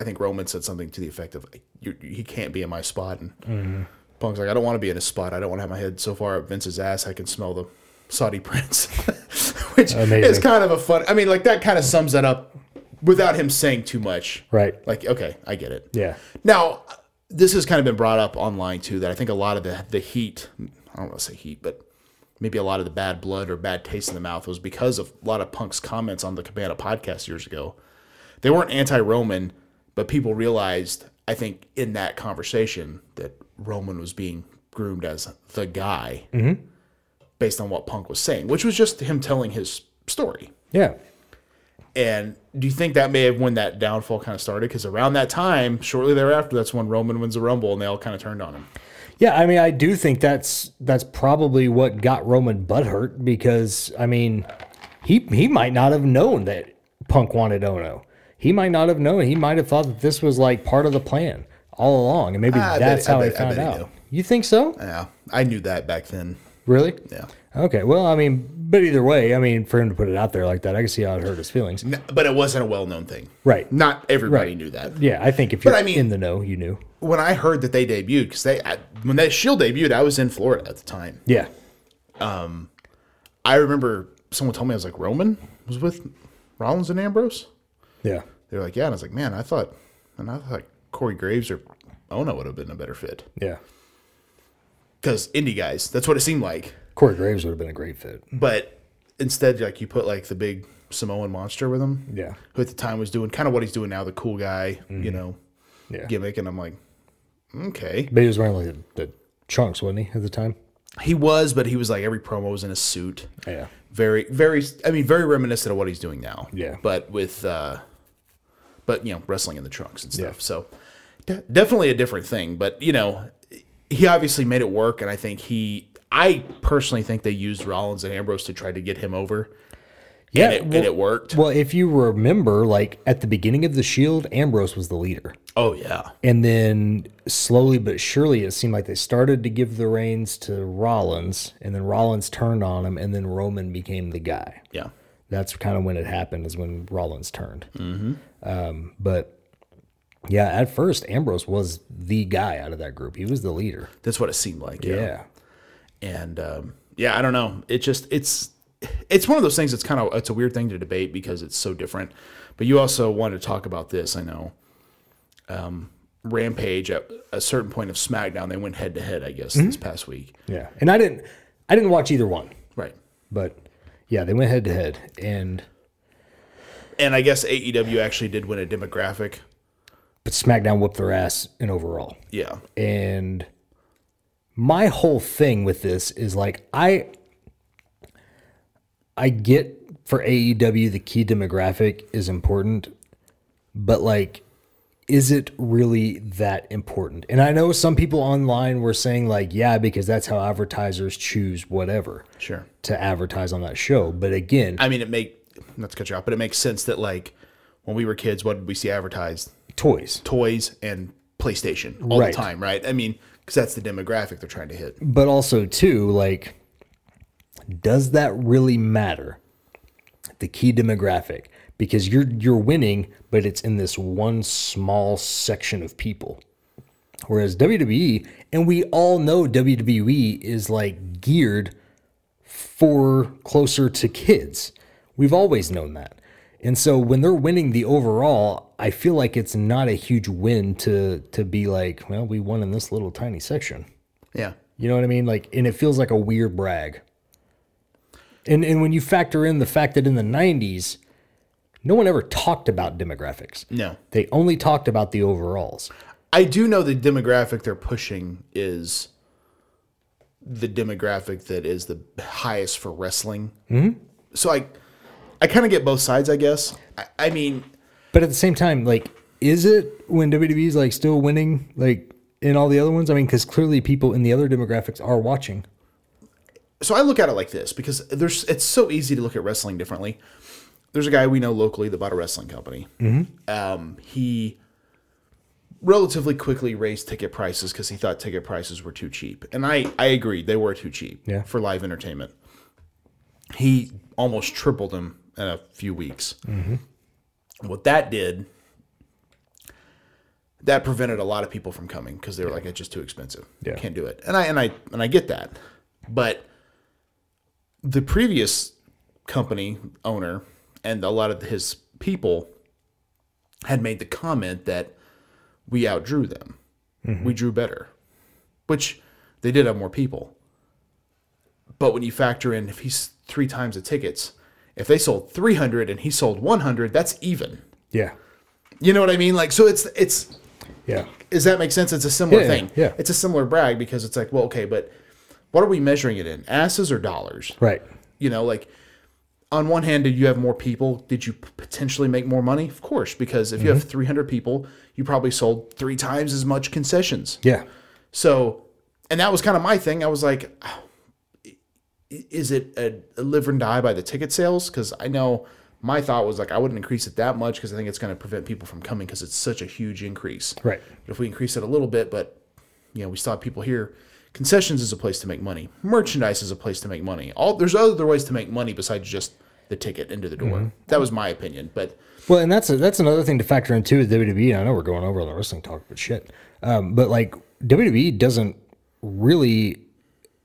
Speaker 2: I think Roman said something to the effect of, you, you- "He can't be in my spot." And
Speaker 3: Mm-hmm.
Speaker 2: Punk's like, "I don't want to be in his spot. I don't want to have my head so far up Vince's ass I can smell the Saudi prince," which is
Speaker 3: Amazing.
Speaker 2: kind of a fun. I mean, like that kind of sums that up without him saying too much.
Speaker 3: right
Speaker 2: Like, okay, I get it.
Speaker 3: yeah
Speaker 2: Now, this has kind of been brought up online too that I think a lot of the the heat, I don't want to say heat, but maybe a lot of the bad blood or bad taste in the mouth was because of a lot of Punk's comments on the Cabana podcast years ago. They weren't anti-Roman, but people realized, I think, in that conversation that Roman was being groomed as the guy based on what Punk was saying, which was just him telling his story.
Speaker 3: yeah
Speaker 2: And do you think that may have when that downfall kind of started? Because around that time, shortly thereafter, that's when Roman wins the Rumble, and they all kind of turned on him.
Speaker 3: yeah i mean i do think that's that's probably what got roman butthurt because i mean he he might not have known that Punk wanted Ono. He might not have known. He might have thought that this was like part of the plan all along, and maybe
Speaker 2: Ah, I bet-
Speaker 3: that's
Speaker 2: I
Speaker 3: how he
Speaker 2: bet- I
Speaker 3: found
Speaker 2: bet he
Speaker 3: out.
Speaker 2: knew.
Speaker 3: You think so?
Speaker 2: Yeah, I knew that back then.
Speaker 3: Really?
Speaker 2: Yeah,
Speaker 3: Okay. Well, I mean, but either way, I mean, for him to put it out there like that, I can see how it hurt his feelings.
Speaker 2: N- But it wasn't a well known thing.
Speaker 3: Right.
Speaker 2: Not everybody
Speaker 3: Right.
Speaker 2: knew that.
Speaker 3: Yeah, I think if you're
Speaker 2: I mean-
Speaker 3: in the know, you knew.
Speaker 2: When I heard that they debuted, because they I, when that Shield debuted, I was in Florida at the time.
Speaker 3: Yeah.
Speaker 2: I remember someone told me I was like Roman was with Rollins and Ambrose.
Speaker 3: Yeah.
Speaker 2: They were like, yeah, and I was like, man, I thought, and I thought Corey Graves or Ono would have been a better fit
Speaker 3: Yeah.
Speaker 2: because indie guys. That's what it seemed like.
Speaker 3: Corey Graves would have been a great fit.
Speaker 2: But instead, like you put like the big Samoan monster with him,
Speaker 3: Yeah. Mm-hmm.
Speaker 2: who at the time was doing kind of what he's doing now, the cool guy, you know,
Speaker 3: Yeah.
Speaker 2: gimmick, and I'm like, okay,
Speaker 3: But he was wearing like the, the chunks, wasn't he, at the time?
Speaker 2: he was, but he was like every promo was in a suit.
Speaker 3: Yeah.
Speaker 2: very very i mean very reminiscent of what he's doing now
Speaker 3: Yeah.
Speaker 2: but with uh but you know wrestling in the trunks and stuff
Speaker 3: Yeah.
Speaker 2: so de- definitely a different thing but you know he obviously made it work and i think he i personally think they used rollins and ambrose to try to get him over
Speaker 3: Yeah.
Speaker 2: and, it, and it worked
Speaker 3: Well, if you remember, like at the beginning of the Shield, Ambrose was the leader.
Speaker 2: oh yeah
Speaker 3: And then slowly but surely, it seemed like they started to give the reins to Rollins, and then Rollins turned on him, and then Roman became the guy.
Speaker 2: yeah
Speaker 3: That's kind of when it happened, is when Rollins turned. Mm-hmm. Um, but yeah, at first, Ambrose was the guy out of that group. He was the leader.
Speaker 2: that's what it seemed like
Speaker 3: Yeah.
Speaker 2: and um, yeah, I don't know. It just it's it's one of those things that's kind of it's a weird thing to debate because it's so different. But you also wanted to talk about this. I know. Um, Rampage at a certain point of SmackDown, they went head to head. I guess this past week,
Speaker 3: Yeah. And I didn't, I didn't watch either one,
Speaker 2: right?
Speaker 3: but yeah, they went head to head. And,
Speaker 2: And I guess AEW actually did win a demographic.
Speaker 3: but SmackDown whooped their ass in overall.
Speaker 2: Yeah,
Speaker 3: and my whole thing with this is like i i get for aew the key demographic is important but like is it really that important and i know some people online were saying like yeah because that's how advertisers choose whatever
Speaker 2: sure.
Speaker 3: to advertise on that show but again
Speaker 2: I mean, it make not to cut you off, but it makes sense that like when we were kids, what did we see advertised?
Speaker 3: toys
Speaker 2: Toys and PlayStation all
Speaker 3: Right.
Speaker 2: the time, right? I mean, because that's the demographic they're trying to hit.
Speaker 3: but also too like does that really matter the key demographic because you're you're winning but it's in this one small section of people whereas WWE and we all know WWE is like geared for closer to kids we've always known that and so when they're winning the overall I feel like it's not a huge win to to be like well we won in this little tiny section
Speaker 2: Yeah,
Speaker 3: you know what I mean? Like, and it feels like a weird brag. And and when you factor in the fact that in the '90s, no one ever talked about demographics.
Speaker 2: no.
Speaker 3: They only talked about the overalls.
Speaker 2: I do know the demographic they're pushing is the demographic that is the highest for wrestling. Mm-hmm. So I, I kind of get both sides, I guess. I, I mean,
Speaker 3: But at the same time, like, is it when WWE's like still winning like in all the other ones? I mean, because clearly people in the other demographics are watching.
Speaker 2: so I look at it like this because there's it's so easy to look at wrestling differently. There's a guy we know locally that bought a wrestling company.
Speaker 3: Mm-hmm.
Speaker 2: Um, he relatively quickly raised ticket prices because he thought ticket prices were too cheap, and I I agreed they were too cheap
Speaker 3: Yeah.
Speaker 2: for live entertainment. He almost tripled them in a few weeks.
Speaker 3: Mm-hmm.
Speaker 2: What that did, that prevented a lot of people from coming because they were like, "It's just too expensive.
Speaker 3: Yeah.
Speaker 2: Can't do it." And I and I and I get that, but the previous company owner and a lot of his people had made the comment that we outdrew them.
Speaker 3: Mm-hmm.
Speaker 2: We drew better, which they did have more people. But when you factor in if he's three times the tickets, if they sold 300 and he sold 100, that's even.
Speaker 3: Yeah,
Speaker 2: You know what I mean? Like so it's it's
Speaker 3: yeah,
Speaker 2: does that make sense? It's a similar
Speaker 3: Yeah,
Speaker 2: thing.
Speaker 3: yeah.
Speaker 2: It's a similar brag because it's like, well, okay, but what are we measuring it in? Asses or dollars?
Speaker 3: right.
Speaker 2: You know, like on one hand, did you have more people? Did you p- potentially make more money? Of course, because if you have 300 people, you probably sold three times as much concessions.
Speaker 3: Yeah,
Speaker 2: So, and that was kind of my thing. I was like, oh, i- is it a, a live and die by the ticket sales? Because I know my thought was like, I wouldn't increase it that much because I think it's going to prevent people from coming because it's such a huge increase.
Speaker 3: Right.
Speaker 2: But if we increase it a little bit, but you know, we still have people here Concessions is a place to make money. Merchandise is a place to make money. All there's other ways to make money besides just the ticket into the
Speaker 3: Mm-hmm.
Speaker 2: door. That was my opinion, but
Speaker 3: Well, and that's a, that's another thing to factor into with WWE. E, I know we're going over the wrestling talk, but shit. Um, but like WWE doesn't really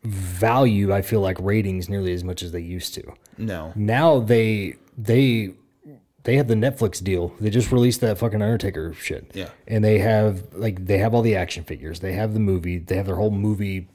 Speaker 3: value, I feel like, ratings nearly as much as they used to.
Speaker 2: no.
Speaker 3: Now they they they have the Netflix deal. They just released that fucking Undertaker shit.
Speaker 2: Yeah.
Speaker 3: and they have like they have all the action figures. They have the movie. They have their whole movie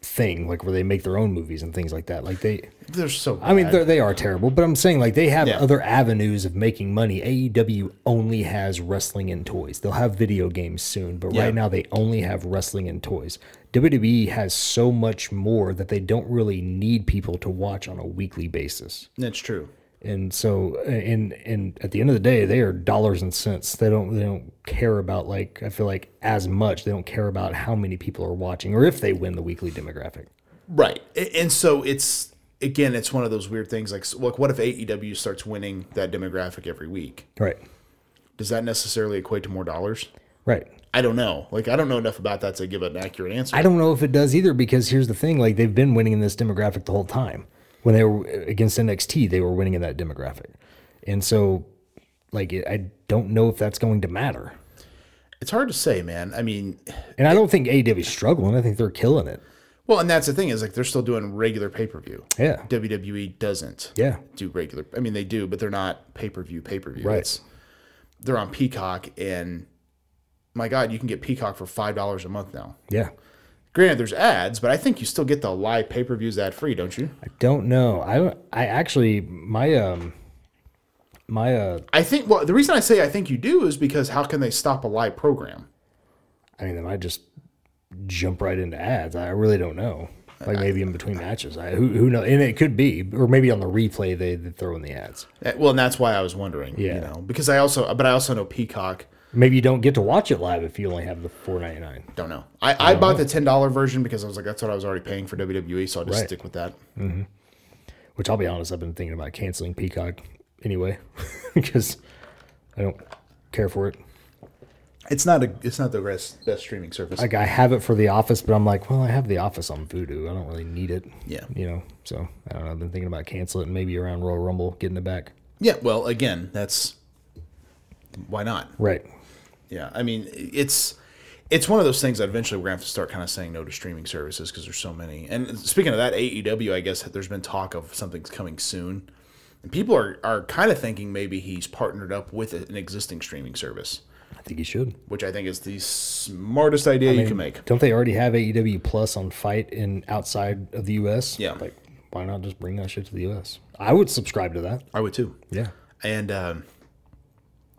Speaker 3: thing, like where they make their own movies and things like that. Like they
Speaker 2: They're so bad.
Speaker 3: I mean, they're- they are terrible, but I'm saying like they have
Speaker 2: Yeah.
Speaker 3: other avenues of making money. AEW only has wrestling and toys. They'll have video games soon, but
Speaker 2: Yeah.
Speaker 3: right now they only have wrestling and toys. WWE has so much more that they don't really need people to watch on a weekly basis.
Speaker 2: that's true.
Speaker 3: And so, and and at the end of the day, they are dollars and cents. They don't they don't care about like I feel like as much. They don't care about how many people are watching or if they win the weekly demographic.
Speaker 2: Right. A- And so it's again, it's one of those weird things like s- look, what if AEW starts winning that demographic every week?
Speaker 3: Right,
Speaker 2: Does that necessarily equate to more dollars?
Speaker 3: right.
Speaker 2: I don't know. Like I don't know enough about that to give an accurate answer.
Speaker 3: I don't know if it does either because here's the thing: like they've been winning in this demographic the whole time. When they were against NXT, they were winning in that demographic, and so like it- I don't know if that's going to matter.
Speaker 2: it's hard to say, man. I mean,
Speaker 3: And I don't think AEW is struggling. I think they're killing it.
Speaker 2: well, and that's the thing is like they're still doing regular pay per view.
Speaker 3: Yeah,
Speaker 2: WWE E doesn't
Speaker 3: yeah,
Speaker 2: do regular. I mean, they do, but they're not pay per view. Pay per view.
Speaker 3: Right.
Speaker 2: They're on Peacock, and my God, you can get Peacock for five dollars a month now.
Speaker 3: yeah.
Speaker 2: Granted, there's ads, but I think you still get the live pay per views ad free, don't you?
Speaker 3: I don't know. I don't. I actually my um my uh.
Speaker 2: I think. Well, the reason I say I think you do is because how can they stop a live program?
Speaker 3: I mean, they might just jump right into ads. I really don't know. Like maybe in between matches, I who who knows, and it could be, or maybe on the replay they, they throw in the ads.
Speaker 2: Uh, Well, and that's why I was wondering.
Speaker 3: Yeah.
Speaker 2: You know, because I also, but I also know Peacock.
Speaker 3: Maybe you don't get to watch it live if you only have the four ninety nine.
Speaker 2: Don't know. I, I, bought the ten dollar version because I was like, that's what I was already paying for WWE, so I'll just
Speaker 3: Right.
Speaker 2: stick with that.
Speaker 3: Which I'll be honest, I've been thinking about canceling Peacock anyway because I don't care for it.
Speaker 2: It's not a. It's not the best, best streaming service.
Speaker 3: Like I have it for The Office, but I'm like, well, I have The Office on Vudu. I don't really need it.
Speaker 2: Yeah.
Speaker 3: you know. So I don't know. I've been thinking about canceling it and maybe around Royal Rumble getting it back.
Speaker 2: yeah. Well, again, that's why not.
Speaker 3: Right.
Speaker 2: Yeah. I mean, it's it's one of those things that eventually we're gonna have to start kind of saying no to streaming services because there's so many. And speaking of that, AEW, I guess there's been talk of something's coming soon, and people are are kind of thinking maybe he's partnered up with an existing streaming service,
Speaker 3: I think you should.
Speaker 2: which I think is the smartest idea you can make.
Speaker 3: Don't they already have AEW Plus on Fight in outside of the U.S.?
Speaker 2: Yeah.
Speaker 3: Like, why not just bring that shit to the U.S.? I would subscribe to that.
Speaker 2: I would too.
Speaker 3: Yeah.
Speaker 2: and um,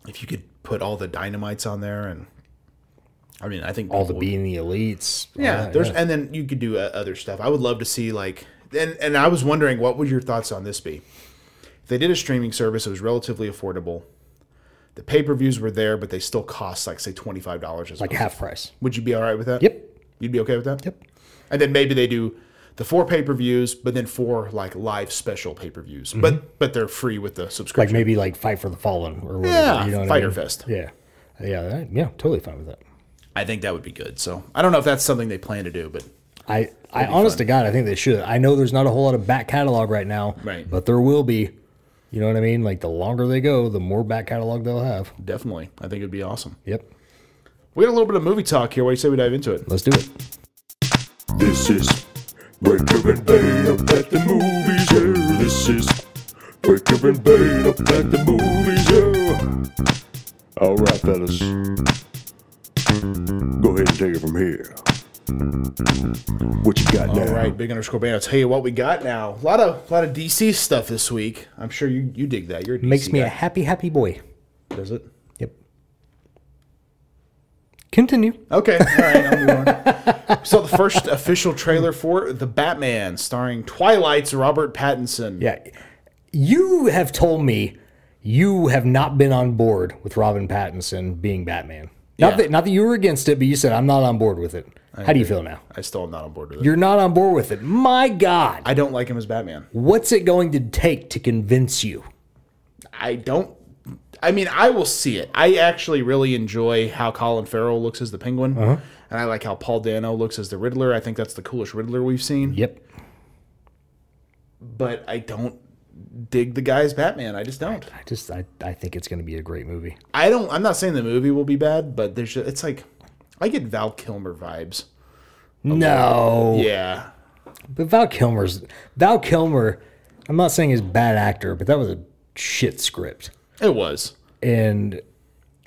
Speaker 2: if you could put all the dynamites on there and i mean i think
Speaker 3: All the
Speaker 2: people-
Speaker 3: being the elites. all
Speaker 2: yeah
Speaker 3: that,
Speaker 2: there's and then you could do uh, other stuff i would love to see like and and i was wondering what would your thoughts on this be if they did a streaming service it was relatively affordable the pay-per-views were there but they still cost like say $25 as
Speaker 3: like
Speaker 2: well.
Speaker 3: half price.
Speaker 2: would you be all right with that
Speaker 3: Yep.
Speaker 2: you'd be okay with that
Speaker 3: Yep.
Speaker 2: and then maybe they do the four pay-per-views but then four like live special pay-per-views
Speaker 3: Mm-hmm.
Speaker 2: but but they're free with the subscription
Speaker 3: Like maybe like Fight for the Fallen or whatever.
Speaker 2: Yeah,
Speaker 3: you know what I
Speaker 2: Fighter
Speaker 3: mean?
Speaker 2: Fest.
Speaker 3: Yeah. Yeah. that- yeah. Totally fine with that.
Speaker 2: I think that would be good. So I don't know if that's something they plan to do, but
Speaker 3: I, I honest to God, I think they should. I know there's not a whole lot of back catalog right now,
Speaker 2: Right.
Speaker 3: but there will be. You know what I mean? Like the longer they go, the more back catalog they'll have.
Speaker 2: definitely, I think it'd be awesome.
Speaker 3: Yep.
Speaker 2: We had a little bit of movie talk here. What do you say we dive into it?
Speaker 3: Let's do it.
Speaker 5: This is Breaker and Bane up at the movies, yeah. This is Breaker and Bane up at the movies, yeah. All right, fellas. Go ahead and take it from here. What you got
Speaker 2: All
Speaker 5: now?
Speaker 2: right, big underscore band. I'll tell you what we got now. A lot of a lot of DC stuff this week. I'm sure you you dig that. You're a DC
Speaker 3: Makes me a
Speaker 2: guy.
Speaker 3: happy, happy boy.
Speaker 2: does it?
Speaker 3: Yep. Continue.
Speaker 2: Okay, all right. I'll move on. So the first official trailer for the Batman, starring Twilight's Robert Pattinson.
Speaker 3: Yeah. You have told me you have not been on board with Robin Pattinson being Batman. Not
Speaker 2: Yeah.
Speaker 3: that not that you were against it, but you said I'm not on board with it. How do you feel now?
Speaker 2: I still am not on board with it.
Speaker 3: You're not on board with it. My God.
Speaker 2: I don't like him as Batman.
Speaker 3: What's it going to take to convince you?
Speaker 2: I don't. I mean, I will see it. I actually really enjoy how Colin Farrell looks as the Penguin,
Speaker 3: Uh-huh.
Speaker 2: and I like how Paul Dano looks as the Riddler. I think that's the coolest Riddler we've seen.
Speaker 3: Yep.
Speaker 2: But I don't dig the guy's Batman. I just don't.
Speaker 3: I just I, I think it's going to be a great movie.
Speaker 2: I don't. I'm not saying the movie will be bad, but there's just, it's like I get Val Kilmer vibes.
Speaker 3: No,
Speaker 2: Yeah,
Speaker 3: but Val Kilmer's Val Kilmer. I'm not saying he's a bad actor, but that was a shit script.
Speaker 2: it was.
Speaker 3: And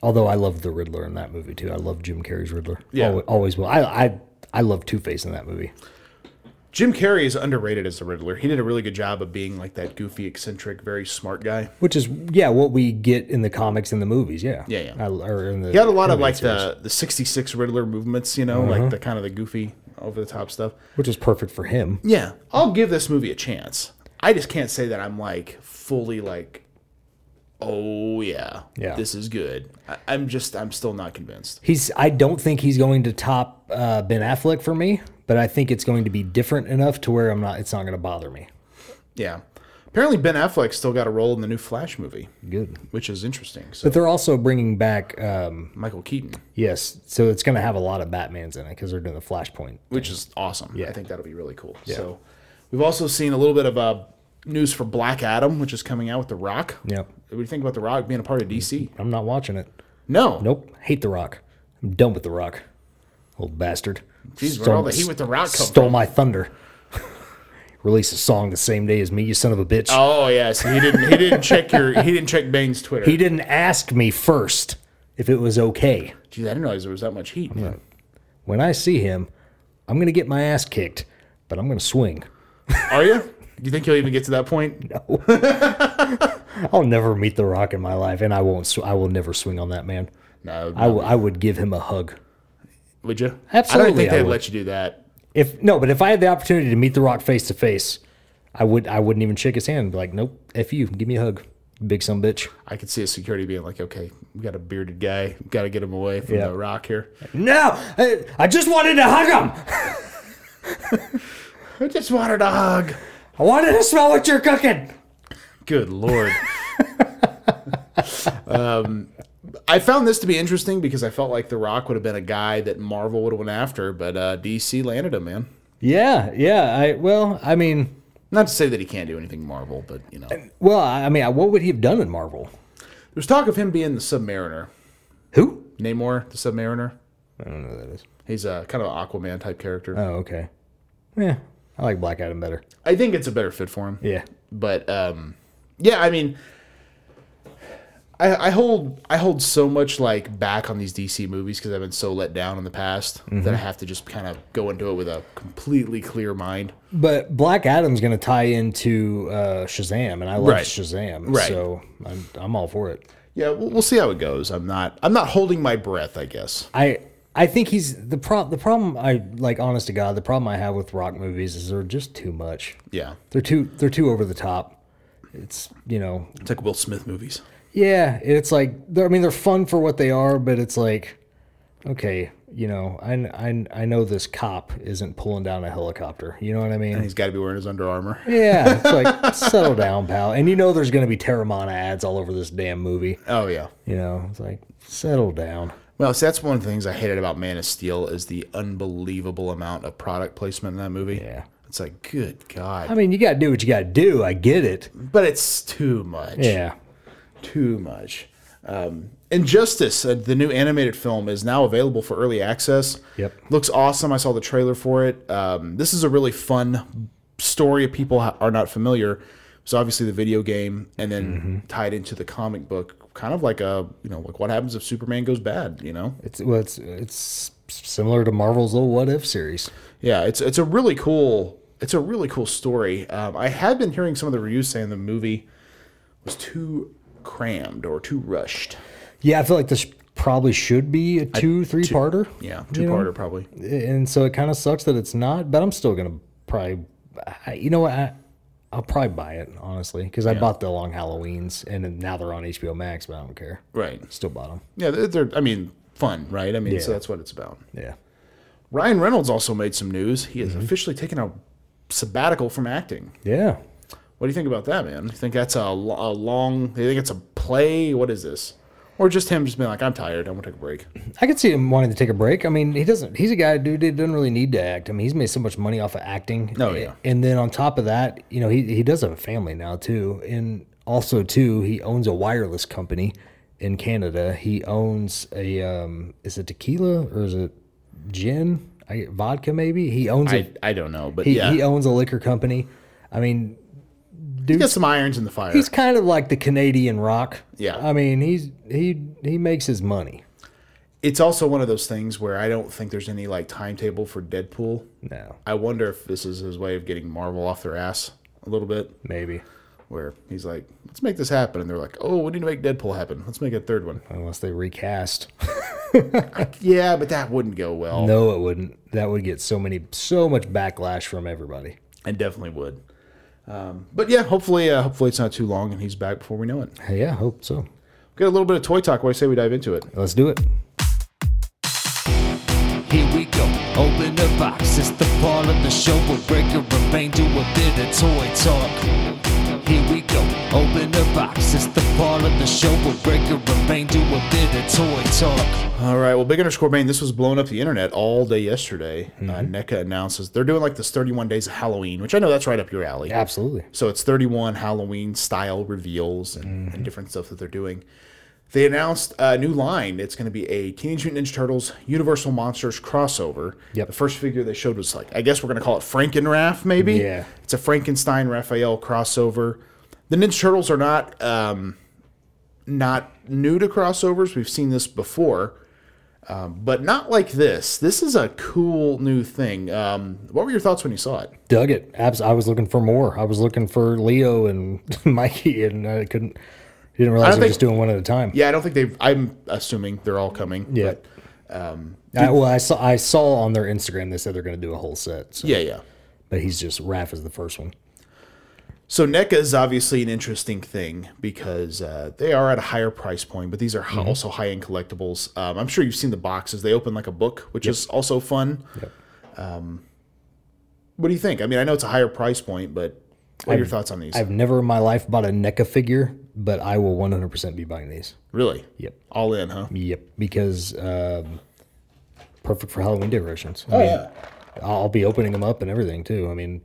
Speaker 3: although I loved the Riddler in that movie too, I love Jim Carrey's Riddler.
Speaker 2: Yeah.
Speaker 3: always, always will. I I I love Two Face in that movie.
Speaker 2: Jim Carrey is underrated as the Riddler. He did a really good job of being like that goofy, eccentric, very smart guy.
Speaker 3: Which is yeah, what we get in the comics and the movies. Yeah,
Speaker 2: Yeah, yeah.
Speaker 3: I, or in the
Speaker 2: He had a lot of like the the '66 Riddler movements, you know, like the kind of the goofy, over the top stuff.
Speaker 3: which is perfect for him.
Speaker 2: Yeah, I'll give this movie a chance. I just can't say that I'm like fully like, oh yeah,
Speaker 3: Yeah.
Speaker 2: this is good. I, I'm just I'm still not convinced.
Speaker 3: He's I don't think he's going to top uh, Ben Affleck for me, but I think it's going to be different enough to where I'm not. It's not going to bother me.
Speaker 2: Yeah. Apparently, Ben Affleck still got a role in the new Flash movie,
Speaker 3: Good.
Speaker 2: which is interesting. So
Speaker 3: But they're also bringing back, um,
Speaker 2: Michael Keaton,
Speaker 3: yes, so it's going to have a lot of Batmans in it because they're doing the Flashpoint.
Speaker 2: which is awesome. I think that'll be really cool. So we've also seen a little bit of uh, news for Black Adam, which is coming out with The Rock.
Speaker 3: Yep.
Speaker 2: What do you think about The Rock being a part of DC?
Speaker 3: I'm not watching it.
Speaker 2: No.
Speaker 3: Mm-hmm. Nope. Hate The Rock. I'm done with The Rock. Old bastard.
Speaker 2: Jeez, where'd all the heat with The Rock come
Speaker 3: Stole
Speaker 2: from?
Speaker 3: my thunder. Release a song the same day as me, you son of a bitch.
Speaker 2: Oh yes, he didn't. He didn't check your. He didn't check Bane's Twitter.
Speaker 3: He didn't ask me first if it was okay.
Speaker 2: Jeez, I didn't realize there was that much heat. man.
Speaker 3: When I see him, I'm going to get my ass kicked, but I'm going to swing.
Speaker 2: Are you? Do you think he'll even get to that point?
Speaker 3: I'll never meet The Rock in my life, and I won't. Sw- I will never swing on that man.
Speaker 2: No.
Speaker 3: I, w- I would give him a hug.
Speaker 2: Would you? I
Speaker 3: Absolutely,
Speaker 2: don't think
Speaker 3: I
Speaker 2: they'd
Speaker 3: would.
Speaker 2: let you do that.
Speaker 3: If no, but if I had the opportunity to meet The Rock face to face, I would. I wouldn't even shake his hand. Be like, nope, f you, give me a hug, big some bitch.
Speaker 2: I could see a security being like, "Okay, we got a bearded guy. Got to get him away from
Speaker 3: Yeah.
Speaker 2: the rock here."
Speaker 3: No, I, I just wanted to hug him.
Speaker 2: I just wanted a hug.
Speaker 3: I wanted to smell what you're cooking.
Speaker 2: Good lord. um, I found this to be interesting because I felt like The Rock would have been a guy that Marvel would have went after, but uh, DC landed him, man.
Speaker 3: Yeah, yeah. I well, I mean,
Speaker 2: Not to say that he can't do anything Marvel, but you know,
Speaker 3: well, I I mean, what would he have done in Marvel?
Speaker 2: there's talk of him being the Submariner,
Speaker 3: Who?
Speaker 2: Namor, the Submariner.
Speaker 3: I don't know who that is.
Speaker 2: He's a kind of an Aquaman type character.
Speaker 3: Oh, okay. Yeah, I like Black Adam better.
Speaker 2: I think it's a better fit for him.
Speaker 3: Yeah.
Speaker 2: but um, yeah, I mean, I, I hold I hold so much like back on these DC movies because I've been so let down in the past that I have to just kind of go into it with a completely clear mind.
Speaker 3: But Black Adam's going to tie into uh, Shazam, and I love
Speaker 2: Right.
Speaker 3: Shazam,
Speaker 2: Right.
Speaker 3: so I'm, I'm all for it.
Speaker 2: Yeah, we'll, we'll see how it goes. I'm not I'm not holding my breath. I guess
Speaker 3: I I think he's the pro- the problem. I like honest to God, the problem I have with rock movies is they're just too much.
Speaker 2: yeah.
Speaker 3: They're too they're too over the top. It's you know
Speaker 2: It's like Will Smith movies.
Speaker 3: yeah it's like they're, I mean they're fun for what they are, but it's like okay you know I, I I know this cop isn't pulling down a helicopter. You know what I mean?
Speaker 2: He's got to be wearing his Under Armour.
Speaker 3: Yeah, it's like settle down, pal. And you know there's going to be Terramana ads all over this damn movie.
Speaker 2: Oh yeah.
Speaker 3: You know, it's like settle down.
Speaker 2: Well, see, that's one of the things I hated about Man of Steel is the unbelievable amount of product placement in that movie.
Speaker 3: Yeah.
Speaker 2: It's like, good God.
Speaker 3: I mean, you got to do what you got to do. I get it.
Speaker 2: but it's too much.
Speaker 3: Yeah.
Speaker 2: too much. Um, Injustice, uh, the new animated film, is now available for early access.
Speaker 3: Yep.
Speaker 2: Looks awesome. I saw the trailer for it. Um, this is a really fun story if people ha- are not familiar. It's obviously the video game and then tied into the comic book, kind of like a, you know, like what happens if Superman goes bad, you know?
Speaker 3: It's well, it's it's similar to Marvel's little What If series.
Speaker 2: Yeah, it's it's a really cool it's a really cool story. Um, I had been hearing some of the reviews saying the movie was too crammed or too rushed.
Speaker 3: Yeah, I feel like this probably should be a two, three parter.
Speaker 2: Yeah, two parter probably.
Speaker 3: And so it kind of sucks that it's not, but I'm still going to probably I, you know what? I, I'll probably buy it, honestly, cuz I bought the Long Halloweens and then now they're on HBO Max, but I don't care.
Speaker 2: Right.
Speaker 3: Still bought them.
Speaker 2: Yeah, they're, they're I mean, fun, right? I mean, so that's what it's about.
Speaker 3: Yeah.
Speaker 2: Ryan
Speaker 3: Mm-hmm.
Speaker 2: Reynolds also made some news. He has officially taken a sabbatical from acting,
Speaker 3: Yeah.
Speaker 2: What do you think about that, man? You think that's a, lo- a long? You think it's a play? What is this? Or just him just being like, I'm tired. I'm gonna take a break.
Speaker 3: I could see him wanting to take a break. I mean, he doesn't. He's a guy, dude. He doesn't really need to act. I mean, he's made so much money off of acting.
Speaker 2: Oh, yeah.
Speaker 3: And then on top of that, you know, he he does have a family now too, and also too, he owns a wireless company in Canada. He owns a um, is it tequila or is it gin? I, vodka maybe. He owns a
Speaker 2: I, I don't know, but
Speaker 3: he,
Speaker 2: yeah,
Speaker 3: he
Speaker 2: he,
Speaker 3: owns a liquor company. I mean,
Speaker 2: got some irons in the fire.
Speaker 3: he's kind of like the Canadian Rock.
Speaker 2: Yeah.
Speaker 3: I mean, he's he he makes his money.
Speaker 2: it's also one of those things where I don't think there's any like timetable for Deadpool.
Speaker 3: No,
Speaker 2: I wonder if this is his way of getting Marvel off their ass a little bit,
Speaker 3: maybe
Speaker 2: where he's like, let's make this happen, and they're like, oh, we need to make Deadpool happen. Let's make a third one.
Speaker 3: unless they recast.
Speaker 2: Yeah, but that wouldn't go well.
Speaker 3: No, it wouldn't. That would get so many, so much backlash from everybody.
Speaker 2: It definitely would. Um, but yeah, hopefully, uh, hopefully it's not too long, and he's back before we know it.
Speaker 3: Yeah, hope so.
Speaker 2: Got a little bit of toy talk. What do you say we dive into it?
Speaker 3: Let's do it.
Speaker 6: Here we go, open the box. It's the part of the show where Breaker and Bane do a bit of toy talk. Here we go, open the box. It's the part of the show where Breaker and Bane do a bit of toy talk.
Speaker 2: All right. Well, big underscore main. This was blowing up the internet all day yesterday. Uh, NECA announces they're doing like this 31 days of Halloween, which I know that's right up your alley.
Speaker 3: Absolutely.
Speaker 2: So it's 31 Halloween style reveals and,
Speaker 3: Mm-hmm.
Speaker 2: and different stuff that they're doing. They announced a new line. It's going to be a Teenage Mutant Ninja Turtles Universal Monsters crossover.
Speaker 3: Yep.
Speaker 2: The first figure they showed was like, I guess we're going to call it Frankenraff, maybe?
Speaker 3: Yeah.
Speaker 2: It's a Frankenstein Raphael crossover. The Ninja Turtles are not um, not new to crossovers. We've seen this before, um, but not like this. This is a cool new thing. Um, what were your thoughts when you saw it?
Speaker 3: Dug it. Abs- I was looking for more. I was looking for Leo and Mikey, and I couldn't. Didn't realize
Speaker 2: don't
Speaker 3: they were
Speaker 2: think-
Speaker 3: just doing one at a time.
Speaker 2: Yeah, I don't think they've. I'm assuming they're all coming.
Speaker 3: Yeah.
Speaker 2: but-
Speaker 6: um,
Speaker 3: I, well, I saw I saw on their Instagram they said they're going to do a whole set. So,
Speaker 2: yeah, yeah.
Speaker 3: But he's just Raph is the first one.
Speaker 2: So NECA is obviously an interesting thing because uh, they are at a higher price point, but these are
Speaker 3: Mm-hmm.
Speaker 2: hi- also high end collectibles. Um, I'm sure you've seen the boxes. They open like a book, which is also fun. Um, what do you think? I mean, I know it's a higher price point, but what are your thoughts on these?
Speaker 3: I've never in my life bought a NECA figure, but I will 100% be buying these.
Speaker 2: really?
Speaker 3: Yep.
Speaker 2: All in, huh?
Speaker 3: Yep, because um, perfect for Halloween decorations.
Speaker 2: Oh,
Speaker 3: I mean, I'll be opening them up and everything too. I mean,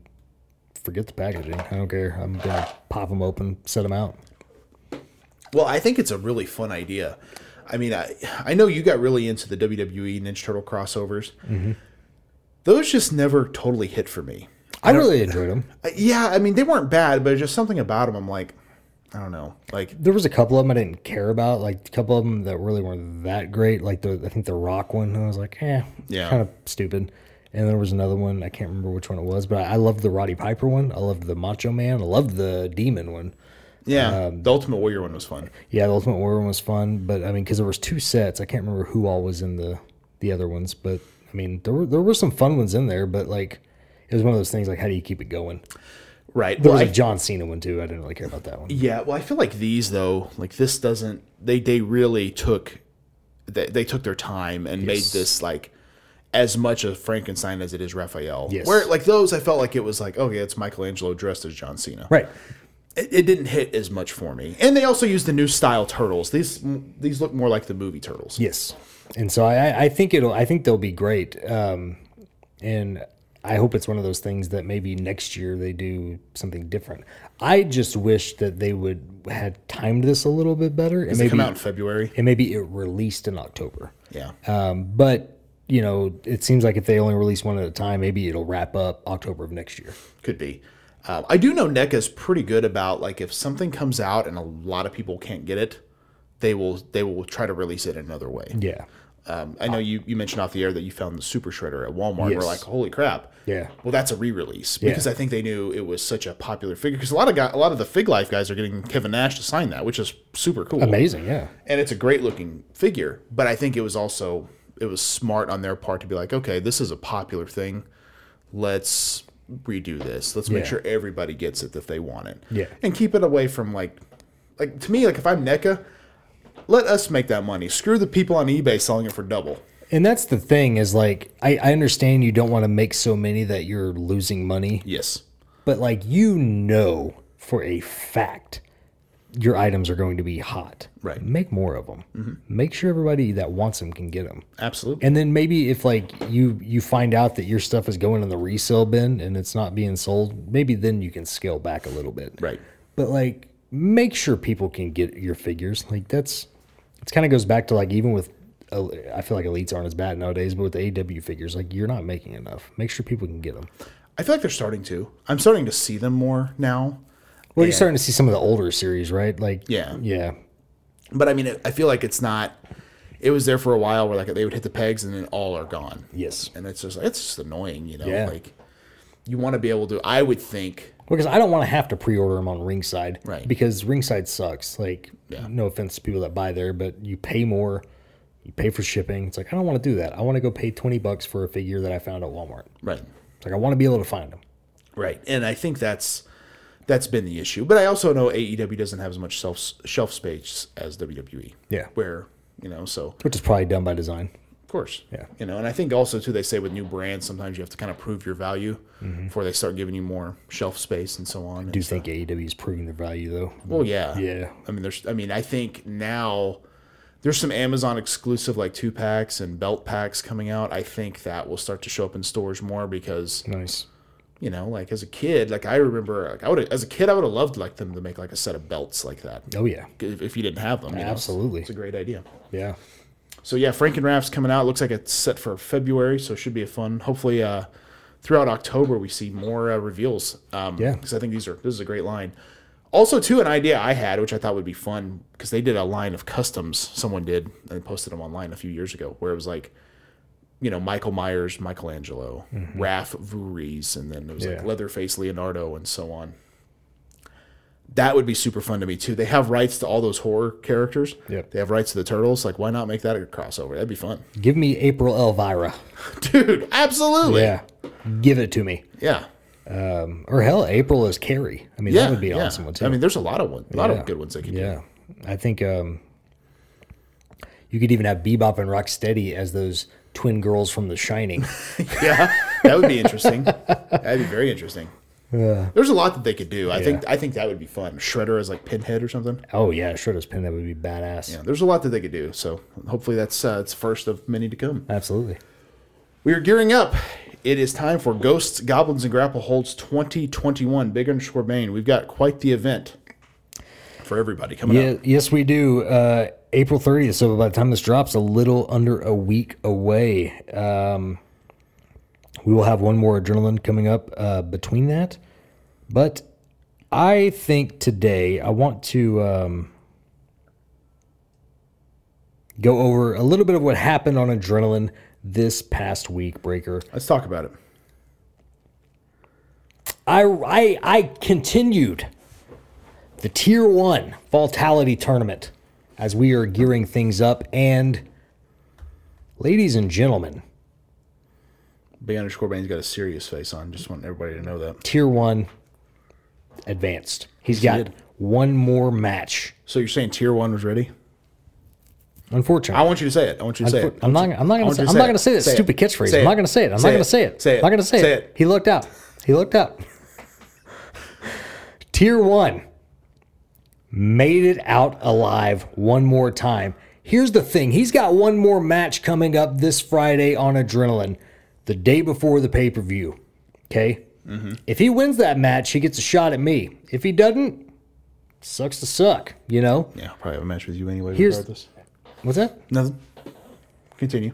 Speaker 3: forget the packaging. I don't care. I'm gonna pop them open, set them out.
Speaker 2: Well, I think it's a really fun idea. I mean, I I know you got really into the WWE Ninja Turtle crossovers. Those just never totally hit for me.
Speaker 3: I, really enjoyed them.
Speaker 2: Uh, Yeah, I mean, they weren't bad, but just something about them. I'm like, I don't know. Like,
Speaker 3: There was a couple of them I didn't care about, like a couple of them that really weren't that great. Like the I think the Rock one, I was like, eh,
Speaker 2: Yeah.
Speaker 3: kind of stupid. And there was another one I can't remember which one it was, but I, I loved the Roddy Piper one. I loved the Macho Man. I loved the Demon one.
Speaker 2: yeah, the Ultimate Warrior one was fun.
Speaker 3: Yeah, the Ultimate Warrior one was fun, but I mean, because there was two sets, I can't remember who all was in the the other ones, but I mean, there were there were some fun ones in there, but like, it was one of those things like, how do you keep it going?
Speaker 2: Right.
Speaker 3: There
Speaker 2: Well,
Speaker 3: was
Speaker 2: I,
Speaker 3: a John Cena one too. I didn't really care about that one.
Speaker 2: yeah. Well, I feel like these though, like this doesn't. They they really took, they, they took their time and made this like as much of Frankenstein as it is Raphael.
Speaker 3: Yes.
Speaker 2: Where like those, I felt like it was like, oh yeah, it's Michelangelo dressed as John Cena.
Speaker 3: Right.
Speaker 2: It, it didn't hit as much for me. And they also used the new style turtles. These these look more like the movie turtles.
Speaker 3: Yes. And so I I- I think it'll I think they'll be great. Um, and I hope it's one of those things that maybe next year they do something different. I just wish that they would had timed this a little bit better and
Speaker 2: They
Speaker 3: maybe
Speaker 2: come out in February.
Speaker 3: and maybe it released in October.
Speaker 2: Yeah.
Speaker 3: Uh, But you know, it seems like if they only release one at a time, maybe it'll wrap up October of next year.
Speaker 2: Could be. Um, I do know NECA's pretty good about like if something comes out and a lot of people can't get it, they will they will try to release it another way.
Speaker 3: Yeah,
Speaker 2: Um, I know you you mentioned off the air that you found the Super Shredder at Walmart.
Speaker 3: Yes.
Speaker 2: We're like, holy crap!
Speaker 3: Yeah.
Speaker 2: Well, that's a re-release because I think they knew it was such a popular figure because a lot of guy, a lot of the Fig Life guys are getting Kevin Nash to sign that, which is super cool,
Speaker 3: amazing. Yeah,
Speaker 2: and it's a great looking figure. But I think it was also it was smart on their part to be like, okay, this is a popular thing. Let's redo this. Let's make
Speaker 3: Yeah.
Speaker 2: sure everybody gets it if they want it.
Speaker 3: Yeah.
Speaker 2: And keep it away from like like to me, like if I'm NECA, let us make that money. Screw the people on eBay selling it for double.
Speaker 3: and that's the thing is like I, I understand you don't want to make so many that you're losing money,
Speaker 2: Yes.
Speaker 3: but like you know for a fact your items are going to be hot.
Speaker 2: Right.
Speaker 3: Make more of them. Make sure everybody that wants them can get them.
Speaker 2: Absolutely.
Speaker 3: And then maybe if like you you find out that your stuff is going in the resale bin and it's not being sold, maybe then you can scale back a little bit.
Speaker 2: Right.
Speaker 3: But like make sure people can get your figures. Like that's it kind of goes back to like even with uh, I feel like elites aren't as bad nowadays, but with AW figures, like you're not making enough. Make sure people can get them.
Speaker 2: I feel like they're starting to. I'm starting to see them more now.
Speaker 3: Well, you're starting to see some of the older series, right? Like
Speaker 2: Yeah.
Speaker 3: yeah,
Speaker 2: But I mean, it, I feel like it's not. It was there for a while where like they would hit the pegs and then all are gone.
Speaker 3: Yes.
Speaker 2: And it's just like it's just annoying, you know.
Speaker 3: Yeah.
Speaker 2: Like you want to be able to. I would think.
Speaker 3: Because I don't want to have to pre-order them on Ringside,
Speaker 2: Right.
Speaker 3: Because Ringside sucks. Like, no offense to people that buy there, but you pay more, you pay for shipping. It's like I don't want to do that. I want to go pay twenty bucks for a figure that I found at Walmart.
Speaker 2: Right.
Speaker 3: It's like I want to be able to find them.
Speaker 2: Right. And I think that's that's been the issue. But I also know AEW doesn't have as much shelf shelf space as WWE.
Speaker 3: Yeah.
Speaker 2: Where you know so
Speaker 3: which is probably done by design.
Speaker 2: Of course.
Speaker 3: Yeah.
Speaker 2: You know, and I think also too they say with new brands sometimes you have to kind of prove your value before they start giving you more shelf space and so on.
Speaker 3: Mm-hmm. Do you think AEW is proving their value though?
Speaker 2: Well, yeah.
Speaker 3: Yeah.
Speaker 2: I mean, there's. I mean, I think now there's some Amazon exclusive like two packs and belt packs coming out. I think that will start to show up in stores more because
Speaker 3: Nice.
Speaker 2: you know, like as a kid, like I remember, like I would as a kid, I would have loved like them to make like a set of belts like that
Speaker 3: Oh yeah,
Speaker 2: if, if you didn't have them. you know?
Speaker 3: Absolutely.
Speaker 2: it's a great idea.
Speaker 3: yeah.
Speaker 2: So yeah, Frank and Raft's coming out. Looks like it's set for February, so it should be a fun. Hopefully, uh, throughout October we see more uh, reveals. Um,
Speaker 3: Yeah.
Speaker 2: because I think these are this is a great line. Also, too, an idea I had, which I thought would be fun, because they did a line of customs. Someone did and posted them online a few years ago, where it was like, you know, Michael Myers, Michelangelo, Raph Vuries, and then it was
Speaker 3: Mm-hmm. Yeah.
Speaker 2: like Leatherface, Leonardo, and so on. That would be super fun to me too. They have rights to all those horror characters.
Speaker 3: Yep.
Speaker 2: They have rights to the turtles. Like, why not make that a crossover? That'd be fun,
Speaker 3: Give me April Elvira.
Speaker 2: dude. Absolutely.
Speaker 3: Yeah, give it to me.
Speaker 2: Yeah.
Speaker 3: Or hell, April is Carrie. I mean,
Speaker 2: Yeah.
Speaker 3: that would be an
Speaker 2: yeah.
Speaker 3: awesome one too.
Speaker 2: I mean, there's a lot of one, a lot
Speaker 3: Yeah.
Speaker 2: of good ones they could do.
Speaker 3: Yeah, I think um, you could even have Bebop and Rocksteady as those twin girls from The Shining.
Speaker 2: yeah, that would be interesting. That'd be very interesting. There's a lot that they could do. I think I think that would be fun. Shredder as like Pinhead or something.
Speaker 3: oh yeah, Shredder's pin that would be badass.
Speaker 2: Yeah, there's a lot that they could do. So hopefully that's uh, it's first of many to come.
Speaker 3: Absolutely.
Speaker 2: We are gearing up. It is time for Ghosts, Goblins, and Grapple Holds 2021. Big underscore Bane. We've got quite the event for everybody coming
Speaker 3: Yeah,
Speaker 2: up.
Speaker 3: yes, we do. Uh, April 30th. So by the time this drops, a little under a week away. Um, we will have one more adrenaline coming up uh, between that. But I think today I want to um, go over a little bit of what happened on adrenaline this past week, Breaker.
Speaker 2: Let's talk about it.
Speaker 3: I, I, I continued the tier one Fatality tournament as we are gearing things up. And ladies and gentlemen,
Speaker 2: Big underscore Bane's got a serious face on. Just want everybody to know that.
Speaker 3: tier one advanced. He's got
Speaker 2: did.
Speaker 3: one more match.
Speaker 2: So you're saying tier one was ready? I
Speaker 3: Unfortunately,
Speaker 2: want you to say it. I want you to say it.
Speaker 3: I'm not. I'm not
Speaker 2: I
Speaker 3: gonna.
Speaker 2: want
Speaker 3: Say,
Speaker 2: you to
Speaker 3: I'm
Speaker 2: say
Speaker 3: not
Speaker 2: it.
Speaker 3: gonna say that
Speaker 2: Say it.
Speaker 3: stupid catchphrase.
Speaker 2: Say
Speaker 3: I'm
Speaker 2: it.
Speaker 3: not gonna say it. I'm
Speaker 2: Say
Speaker 3: not
Speaker 2: it.
Speaker 3: gonna say it.
Speaker 2: Say
Speaker 3: I'm
Speaker 2: it.
Speaker 3: not gonna say,
Speaker 2: Say
Speaker 3: it.
Speaker 2: it.
Speaker 3: He looked up. He looked up. Tier one made it out alive one more time. Here's the thing. He's got one more match coming up this Friday on Adrenaline, the day before the pay per view. Okay.
Speaker 2: Mm-hmm.
Speaker 3: If he wins that match, he gets a shot at me. If he doesn't, sucks to suck. You know.
Speaker 2: Yeah, I'll probably have a match with you anyway.
Speaker 3: Here's-
Speaker 2: regardless.
Speaker 3: What's that?
Speaker 2: Nothing. Continue.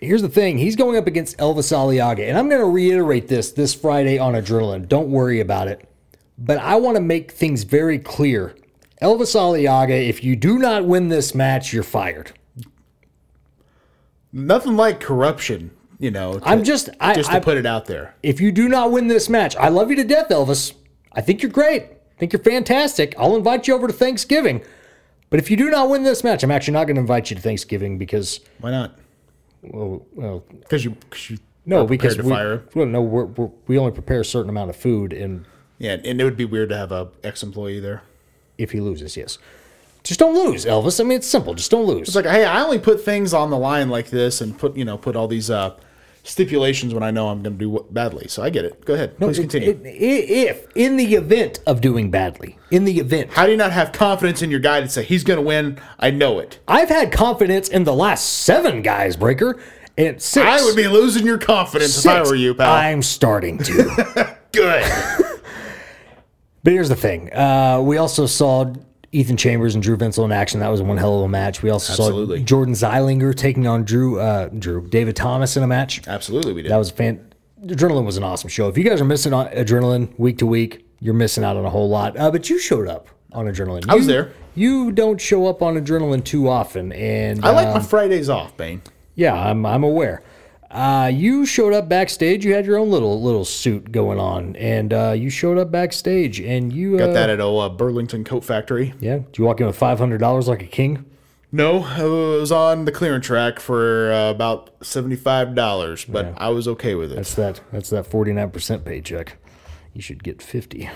Speaker 3: Here's the thing. He's going up against Elvis Aliaga, and I'm going to reiterate this this Friday on Adrenaline. Don't worry about it. But I want to make things very clear. Elvis Aliaga, if you do not win this match, you're fired.
Speaker 2: Nothing like corruption, you know. to-
Speaker 3: I'm just, I,
Speaker 2: just
Speaker 3: I-
Speaker 2: to put it out there.
Speaker 3: if you do not win this match, I love you to death, Elvis. I think you're great. I think you're fantastic. I'll invite you over to Thanksgiving. But if you do not win this match, I'm actually not going to invite you to Thanksgiving because,
Speaker 2: Why not?
Speaker 3: well, well
Speaker 2: Because you, 'cause you
Speaker 3: no,
Speaker 2: are
Speaker 3: because
Speaker 2: prepared to
Speaker 3: we,
Speaker 2: fire him.
Speaker 3: well, no, we're, we're, we only prepare a certain amount of food, and
Speaker 2: Yeah, and it would be weird to have a ex employee there.
Speaker 3: if he loses, yes. Just don't lose, Elvis. I mean, it's simple. Just don't lose.
Speaker 2: It's like, hey, I only put things on the line like this and put you know put all these uh, stipulations when I know I'm going to do what, badly. So I get it. Go ahead. Please
Speaker 3: it-
Speaker 2: continue.
Speaker 3: it- i- if in the event of doing badly, in the event,
Speaker 2: How do you not have confidence in your guy to say he's going to win? I know it.
Speaker 3: I've had confidence in the last seven guys, Breaker, and six.
Speaker 2: I would be losing your confidence if I
Speaker 3: six,
Speaker 2: were you, pal.
Speaker 3: I'm starting to.
Speaker 2: Good.
Speaker 3: but here's the thing: uh, we also saw Ethan Chambers and Drew Vinsel in action. That was one hell of a match. We also
Speaker 2: Absolutely.
Speaker 3: saw Jordan Zeilinger taking on Drew, uh, Drew David Thomas in a match.
Speaker 2: Absolutely, we did.
Speaker 3: That was fan. Adrenaline was an awesome show. If you guys are missing on Adrenaline week to week, you're missing out on a whole lot. Uh, but you showed up on Adrenaline. I
Speaker 2: was there.
Speaker 3: You don't show up on Adrenaline too often, and
Speaker 2: I like my
Speaker 3: um,
Speaker 2: Fridays off, Bane.
Speaker 3: yeah, I'm I'm aware. Uh, you showed up backstage. You had your own little little suit going on, and uh, you showed up backstage, and you
Speaker 2: Got
Speaker 3: uh,
Speaker 2: that at old uh, Burlington Coat Factory.
Speaker 3: Yeah, do you walk in with five hundred dollars like a king?
Speaker 2: No, I was on the clearance rack for uh, about seventy-five dollars, but I was okay with it.
Speaker 3: That's that. That's that forty nine percent paycheck. You should get fifty.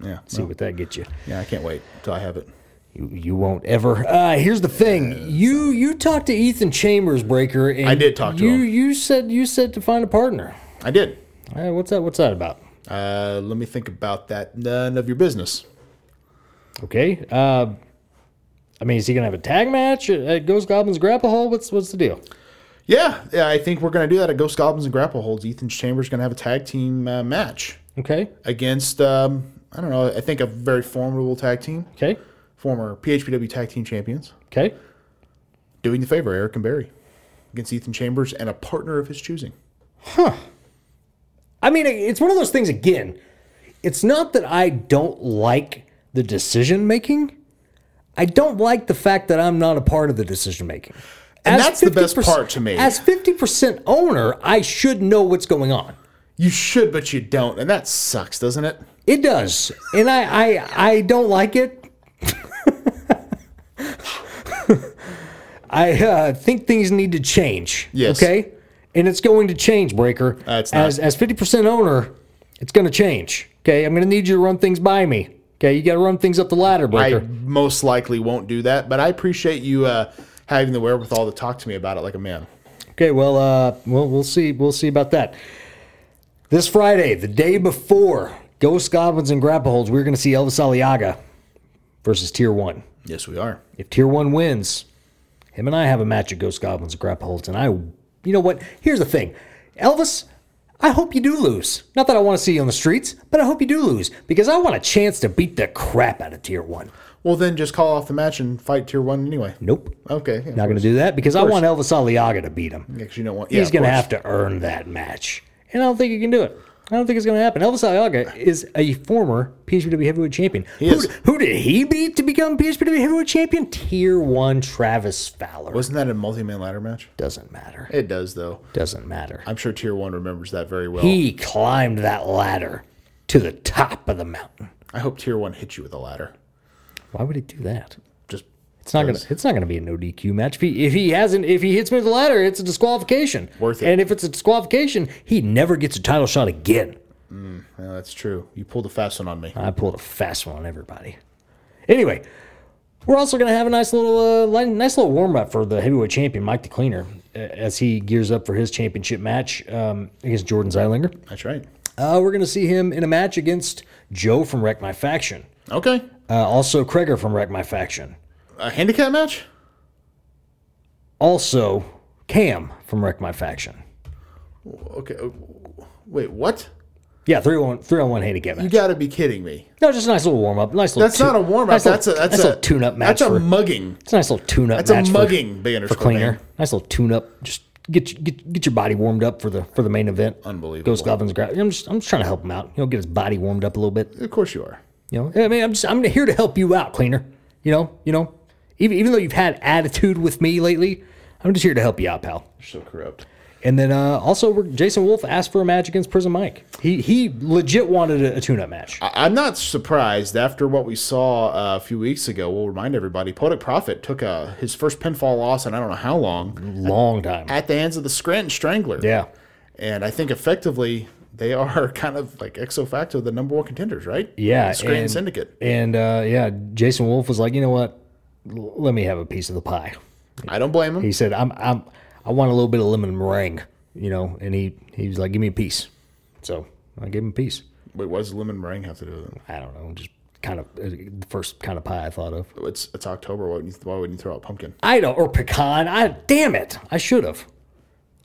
Speaker 2: yeah,
Speaker 3: See what that gets you.
Speaker 2: yeah, I can't wait till I have it.
Speaker 3: You, you won't ever. Uh, here's the thing. You you talked to Ethan Chambers Breaker. And
Speaker 2: I did talk to
Speaker 3: you,
Speaker 2: him.
Speaker 3: You said you said to find a partner.
Speaker 2: I did.
Speaker 3: Uh, what's that? What's that about?
Speaker 2: Uh, let me think about that. None of your business.
Speaker 3: Okay. Uh, I mean, is he gonna have a tag match at, at Ghost Goblins Grapple Hole? What's what's the deal?
Speaker 2: Yeah, yeah, I think we're gonna do that at Ghost Goblins and Grapple Holds. Ethan Chambers gonna have a tag team uh, match
Speaker 3: Okay.
Speaker 2: against um, I don't know. I think a very formidable tag team,
Speaker 3: Okay.
Speaker 2: former PHPW tag team champions,
Speaker 3: Okay.
Speaker 2: doing the favor Eric and Barry against Ethan Chambers and a partner of his choosing.
Speaker 3: I mean, it's one of those things. Again, it's not that I don't like the decision making. I don't like the fact that I'm not a part of the decision making.
Speaker 2: And that's the best part to me.
Speaker 3: As 50% owner, I should know what's going on.
Speaker 2: You should, but you don't, and that sucks, doesn't it?
Speaker 3: It does, and I I, I don't like it. I uh, think things need to change.
Speaker 2: Yes.
Speaker 3: Okay. And it's going to change, Breaker.
Speaker 2: Uh, it's not.
Speaker 3: as as fifty percent owner, it's going to change. Okay. I'm going to need you to run things by me. Okay. You got to run things up the ladder,
Speaker 2: I
Speaker 3: Breaker.
Speaker 2: most likely won't do that, but I appreciate you uh, having the wherewithal to talk to me about it like a man.
Speaker 3: Okay, well, uh, well, we'll see. We'll see about that. This Friday, the day before Ghost Goblins and Grapple Holds, we're going to see Elvis Aliaga versus Tier One.
Speaker 2: Yes, we are.
Speaker 3: If Tier One wins, him and I have a match at Ghost Goblins and Grapple Holds, and I, you know what? Here's the thing, Elvis. I hope you do lose. Not that I want to see you on the streets, but I hope you do lose because I want a chance to beat the crap out of Tier One.
Speaker 2: Well, then just call off the match and fight tier one anyway.
Speaker 3: Nope,
Speaker 2: Okay. yeah,
Speaker 3: not going to do that because I want Elvis Aliaga to beat him.
Speaker 2: because you don't want. Yeah,
Speaker 3: he's
Speaker 2: of
Speaker 3: going to
Speaker 2: course.
Speaker 3: have to earn that match. And I don't think he can do it. I don't think it's going to happen. Elvis Aliaga is a former PHPW heavyweight champion. who,
Speaker 2: is.
Speaker 3: who did he beat to become PHPW heavyweight champion? Tier one Travis Fowler.
Speaker 2: Wasn't that a multi-man ladder match?
Speaker 3: Doesn't matter.
Speaker 2: It does though.
Speaker 3: Doesn't matter.
Speaker 2: I'm sure tier one remembers that very well.
Speaker 3: He climbed that ladder to the top of the mountain.
Speaker 2: I hope tier one hits you with a ladder.
Speaker 3: Why would he do that?
Speaker 2: Just
Speaker 3: It's not gonna. It's not gonna be a no DQ match. If he, if he hasn't, if he hits me with the ladder, it's a disqualification.
Speaker 2: Worth it.
Speaker 3: And if it's a disqualification, he never gets a title shot again.
Speaker 2: Yeah, that's true. You pulled a fast one on me.
Speaker 3: I pulled a fast one on everybody. Anyway, we're also going to have a nice little, uh, li- nice little warm up for the heavyweight champion Mike the Cleaner uh, as he gears up for his championship match um, against Jordan Zeilinger.
Speaker 2: That's right.
Speaker 3: Uh, we're going to see him in a match against Joe from Wreck My Faction,
Speaker 2: Okay.
Speaker 3: uh, also Kreger from Wreck My Faction,
Speaker 2: A handicap match?
Speaker 3: also Cam from Wreck My Faction.
Speaker 2: Okay. uh, Wait, what?
Speaker 3: Yeah, three on three on one handicap
Speaker 2: You
Speaker 3: match.
Speaker 2: got to be kidding me.
Speaker 3: No, just a nice little warm up. Nice little.
Speaker 2: That's not a warm up.
Speaker 3: nice little-
Speaker 2: That's a that's
Speaker 3: nice
Speaker 2: a
Speaker 3: little tune up match.
Speaker 2: That's a
Speaker 3: for-
Speaker 2: mugging.
Speaker 3: It's a nice little tune-up
Speaker 2: That's a
Speaker 3: match for-
Speaker 2: mugging, big
Speaker 3: for,
Speaker 2: underscore
Speaker 3: cleaner.
Speaker 2: bang.
Speaker 3: Nice little tune-up. Just get your- get get your body warmed up for the for the main event.
Speaker 2: Unbelievable.
Speaker 3: Ghost Goblins grab. I'm just I'm just trying to help him out. You know, get his body warmed up a little bit.
Speaker 2: Of course you are.
Speaker 3: You know, I mean, I'm just I'm here to help you out, cleaner. You know, you know, even even though you've had attitude with me lately, I'm just here to help you out, pal.
Speaker 2: You're so corrupt.
Speaker 3: And then uh, also, we're, Jason Wolf asked for a match against Prison Mike. He he legit wanted a, a tune-up match.
Speaker 2: I- I'm not surprised after what we saw uh, a few weeks ago. We'll remind everybody, Poetic Prophet took uh his first pinfall loss in I don't know how long
Speaker 3: Long time.
Speaker 2: at the hands of the Scranton Strangler.
Speaker 3: Mm. Yeah.
Speaker 2: And I think effectively they are kind of like ex facto the number one contenders, right?
Speaker 3: Yeah,
Speaker 2: Scranton
Speaker 3: and-
Speaker 2: Syndicate.
Speaker 3: And uh, yeah, Jason Wolf was like, you know what? L- let me have a piece of the pie.
Speaker 2: I don't blame him.
Speaker 3: He said, "I'm, I'm, I want a little bit of lemon meringue." you know, and he he was like, "Give me a piece." So I gave him a piece.
Speaker 2: Wait, what does lemon meringue have to do with it?
Speaker 3: I don't know, just kind of uh, the first kind of pie I thought of.
Speaker 2: It's it's October. Why wouldn't you, why wouldn't you throw out pumpkin?
Speaker 3: I don't or pecan. I damn it, I should have.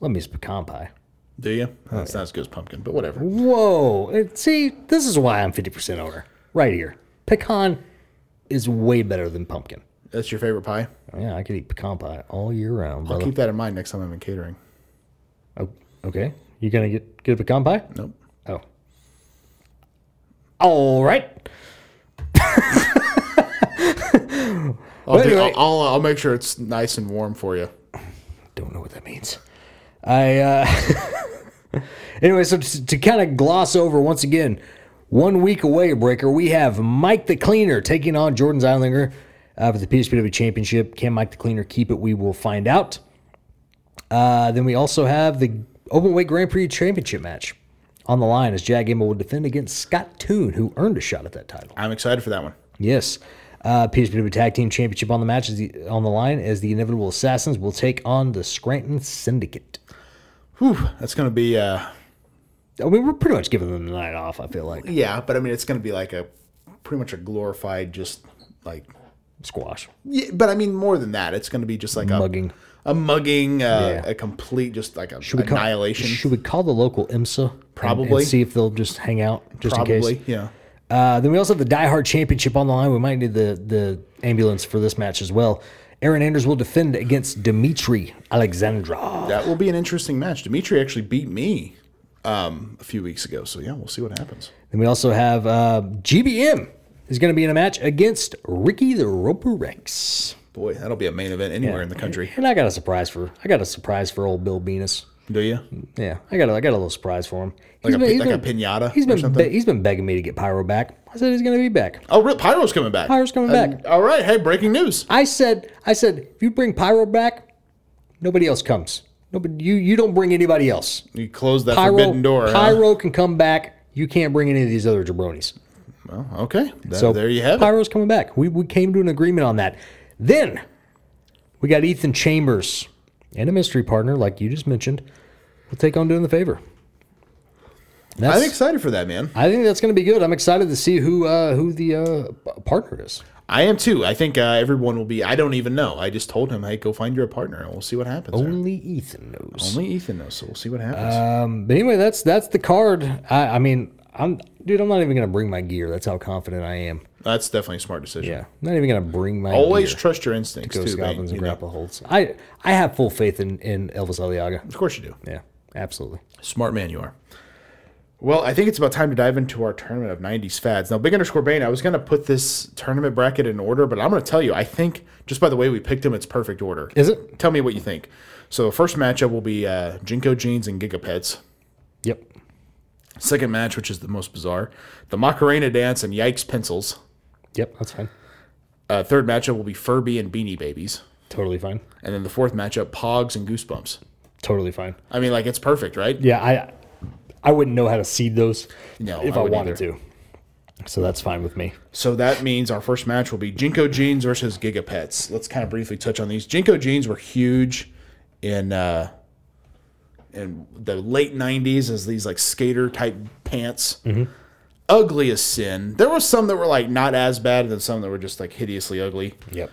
Speaker 3: Let me use pecan pie.
Speaker 2: Do you?
Speaker 3: Oh,
Speaker 2: That's not as good as pumpkin, but whatever.
Speaker 3: Whoa! It, see, this is why I'm 50% owner right here. Pecan is way better than pumpkin.
Speaker 2: That's your favorite pie.
Speaker 3: Yeah, I could eat pecan pie all year round, brother.
Speaker 2: Keep that in mind next time I'm in catering.
Speaker 3: Oh, okay. You gonna get get a pecan pie?
Speaker 2: Nope.
Speaker 3: Oh. All right.
Speaker 2: I'll, do,
Speaker 3: anyway-
Speaker 2: I'll, I'll I'll make sure it's nice and warm for you.
Speaker 3: Don't know what that means. I uh anyway, so to, to kind of gloss over once again, one week away, Breaker, we have Mike the Cleaner taking on Jordan Zeilinger uh, for the PSPW Championship. Can Mike the Cleaner keep it? We will find out. Uh, then we also have the Openweight Grand Prix Championship match on the line as Jack Gable will defend against Scott Toon, who earned a shot at that title.
Speaker 2: I'm excited for that one.
Speaker 3: Yes. Uh, PSPW Tag Team Championship on the match is the, on the line as the Inevitable Assassins will take on the Scranton Syndicate.
Speaker 2: Whew, that's gonna be. Uh,
Speaker 3: I mean, we're pretty much giving them the night off. I feel like
Speaker 2: yeah, but I mean, it's gonna be like a pretty much a glorified just like.
Speaker 3: squash
Speaker 2: Yeah, but I mean, more than that, it's gonna be just like a
Speaker 3: mugging.
Speaker 2: a mugging, uh,
Speaker 3: Yeah.
Speaker 2: a complete just like a
Speaker 3: Should we call-
Speaker 2: annihilation.
Speaker 3: should we call the local IMSA? and-
Speaker 2: Probably.
Speaker 3: And see if they'll just hang out just in
Speaker 2: probably,
Speaker 3: case.
Speaker 2: yeah.
Speaker 3: Uh, then we also have the Die Hard Championship on the line. We might need the the ambulance for this match as well. Aaron Anders will defend against Dimitri Alexandra.
Speaker 2: That will be an interesting match. Dimitri actually beat me um, a few weeks ago, so yeah, we'll see what happens.
Speaker 3: Then we also have uh, GBM is going to be in a match against Ricky the Roper Rex.
Speaker 2: Boy, that'll be a main event anywhere in the country.
Speaker 3: And I got a surprise for I got a surprise for old Bill Venus.
Speaker 2: Do you?
Speaker 3: Yeah, I got a, I got a little surprise for him.
Speaker 2: Like
Speaker 3: He's
Speaker 2: a
Speaker 3: been-
Speaker 2: pi-
Speaker 3: he's
Speaker 2: like
Speaker 3: been-
Speaker 2: a pinata
Speaker 3: He's
Speaker 2: or
Speaker 3: been
Speaker 2: something?
Speaker 3: be- he's been begging me to get Pyro back. I said he's gonna be back.
Speaker 2: Oh, real Pyro's coming back.
Speaker 3: Pyro's coming
Speaker 2: Uh,
Speaker 3: back.
Speaker 2: All right. Hey, breaking news.
Speaker 3: I said I said if you bring Pyro back, nobody else comes. Nobody you you don't bring anybody else.
Speaker 2: You closed that
Speaker 3: Pyro
Speaker 2: forbidden door. huh?
Speaker 3: Pyro can come back. You can't bring any of these other jabronis.
Speaker 2: Okay. Th-
Speaker 3: So
Speaker 2: there you have it.
Speaker 3: Pyro's coming back. We we came to an agreement on that. Then we got Ethan Chambers and a mystery partner like you just mentioned. We'll take on doing the favor. That's,
Speaker 2: I'm excited for that, man.
Speaker 3: I think that's going to be good. I'm excited to see who uh, who the uh, p- partner is.
Speaker 2: I am too. I think uh, everyone will be. I don't even know. I just told him, hey, go find your partner, and we'll see what happens. there.
Speaker 3: Only Ethan knows.
Speaker 2: Only Ethan knows, so we'll see what happens.
Speaker 3: But anyway, that's that's the card. I, I mean, I'm dude. I'm not even going to bring my gear. That's how confident I am.
Speaker 2: That's definitely a smart decision.
Speaker 3: Yeah, I'm not even going to bring my
Speaker 2: Always
Speaker 3: gear.
Speaker 2: trust your instincts
Speaker 3: go
Speaker 2: too. man,
Speaker 3: scalpins
Speaker 2: you
Speaker 3: and
Speaker 2: know.
Speaker 3: grapple holds. I I have full faith in in Elvis Aliaga.
Speaker 2: Of course you do.
Speaker 3: Yeah, absolutely.
Speaker 2: Smart man you are. Well, I think it's about time to dive into our tournament of 90s fads. Now, big underscore Bane, I was going to put this tournament bracket in order, but I'm going to tell you, I think just by the way we picked them, it's perfect order.
Speaker 3: Is it?
Speaker 2: Tell me what you think. So, the first matchup will be uh, Jinko Jeans and Gigapets.
Speaker 3: Yep.
Speaker 2: Second match, which is the most bizarre, the Macarena Dance and Yikes Pencils.
Speaker 3: Yep, that's fine.
Speaker 2: Uh, third matchup will be Furby and Beanie Babies.
Speaker 3: Totally fine.
Speaker 2: And then the fourth matchup, Pogs and Goosebumps.
Speaker 3: Totally fine.
Speaker 2: I mean, like, it's perfect, right?
Speaker 3: Yeah, I I wouldn't know how to seed those
Speaker 2: No,
Speaker 3: if
Speaker 2: I
Speaker 3: Oh, I,
Speaker 2: wouldn't
Speaker 3: wanted to. So that's fine with me.
Speaker 2: So that means our first match will be Jinko Jeans versus Gigapets. Let's kind of briefly touch on these. Jinko Jeans were huge in uh, in the late '90s as these like skater type pants,
Speaker 3: Mm-hmm.
Speaker 2: ugly as sin. There were some that were like not as bad, and then some that were just like hideously ugly.
Speaker 3: Yep.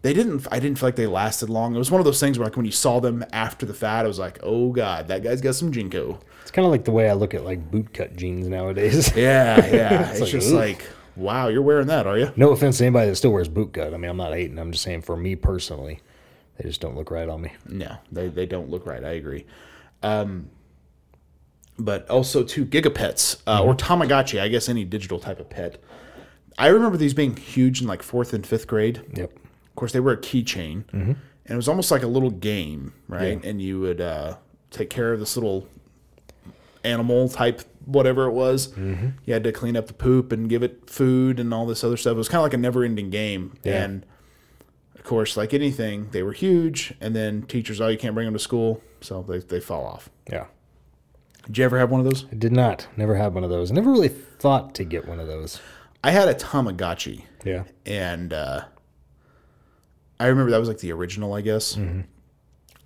Speaker 2: They didn't. I didn't feel like they lasted long. It was one of those things where like when you saw them after the fad, I was like, oh god, that guy's got some Jinko.
Speaker 3: It's kind of like the way I look at like bootcut jeans nowadays.
Speaker 2: Yeah, yeah. it's
Speaker 3: like,
Speaker 2: just
Speaker 3: ooh.
Speaker 2: like, wow, you're wearing that, are you?
Speaker 3: No offense to anybody that still wears bootcut. I mean, I'm not hating. I'm just saying for me personally, they just don't look right on me.
Speaker 2: No, they, they don't look right. I agree. Um, but also two gigapets uh,
Speaker 3: Mm-hmm.
Speaker 2: or Tamagotchi, I guess any digital type of pet. I remember these being huge in like fourth and fifth grade.
Speaker 3: Yep.
Speaker 2: Of course, they were a keychain, and it was almost like a little game, right? And you would uh, take care of this little animal type, whatever it was. You had to clean up the poop and give it food and all this other stuff. It was kind of like a never-ending game,
Speaker 3: Yeah.
Speaker 2: and of course, like anything, they were huge. And then teachers, oh, you can't bring them to school, so they they fall off.
Speaker 3: Yeah.
Speaker 2: Did you ever have one of those?
Speaker 3: I did not. Never had one of those. Never really thought to get one of those.
Speaker 2: I had a Tamagotchi.
Speaker 3: Yeah. Mm-hmm.
Speaker 2: and uh, I remember that was like the original, I guess.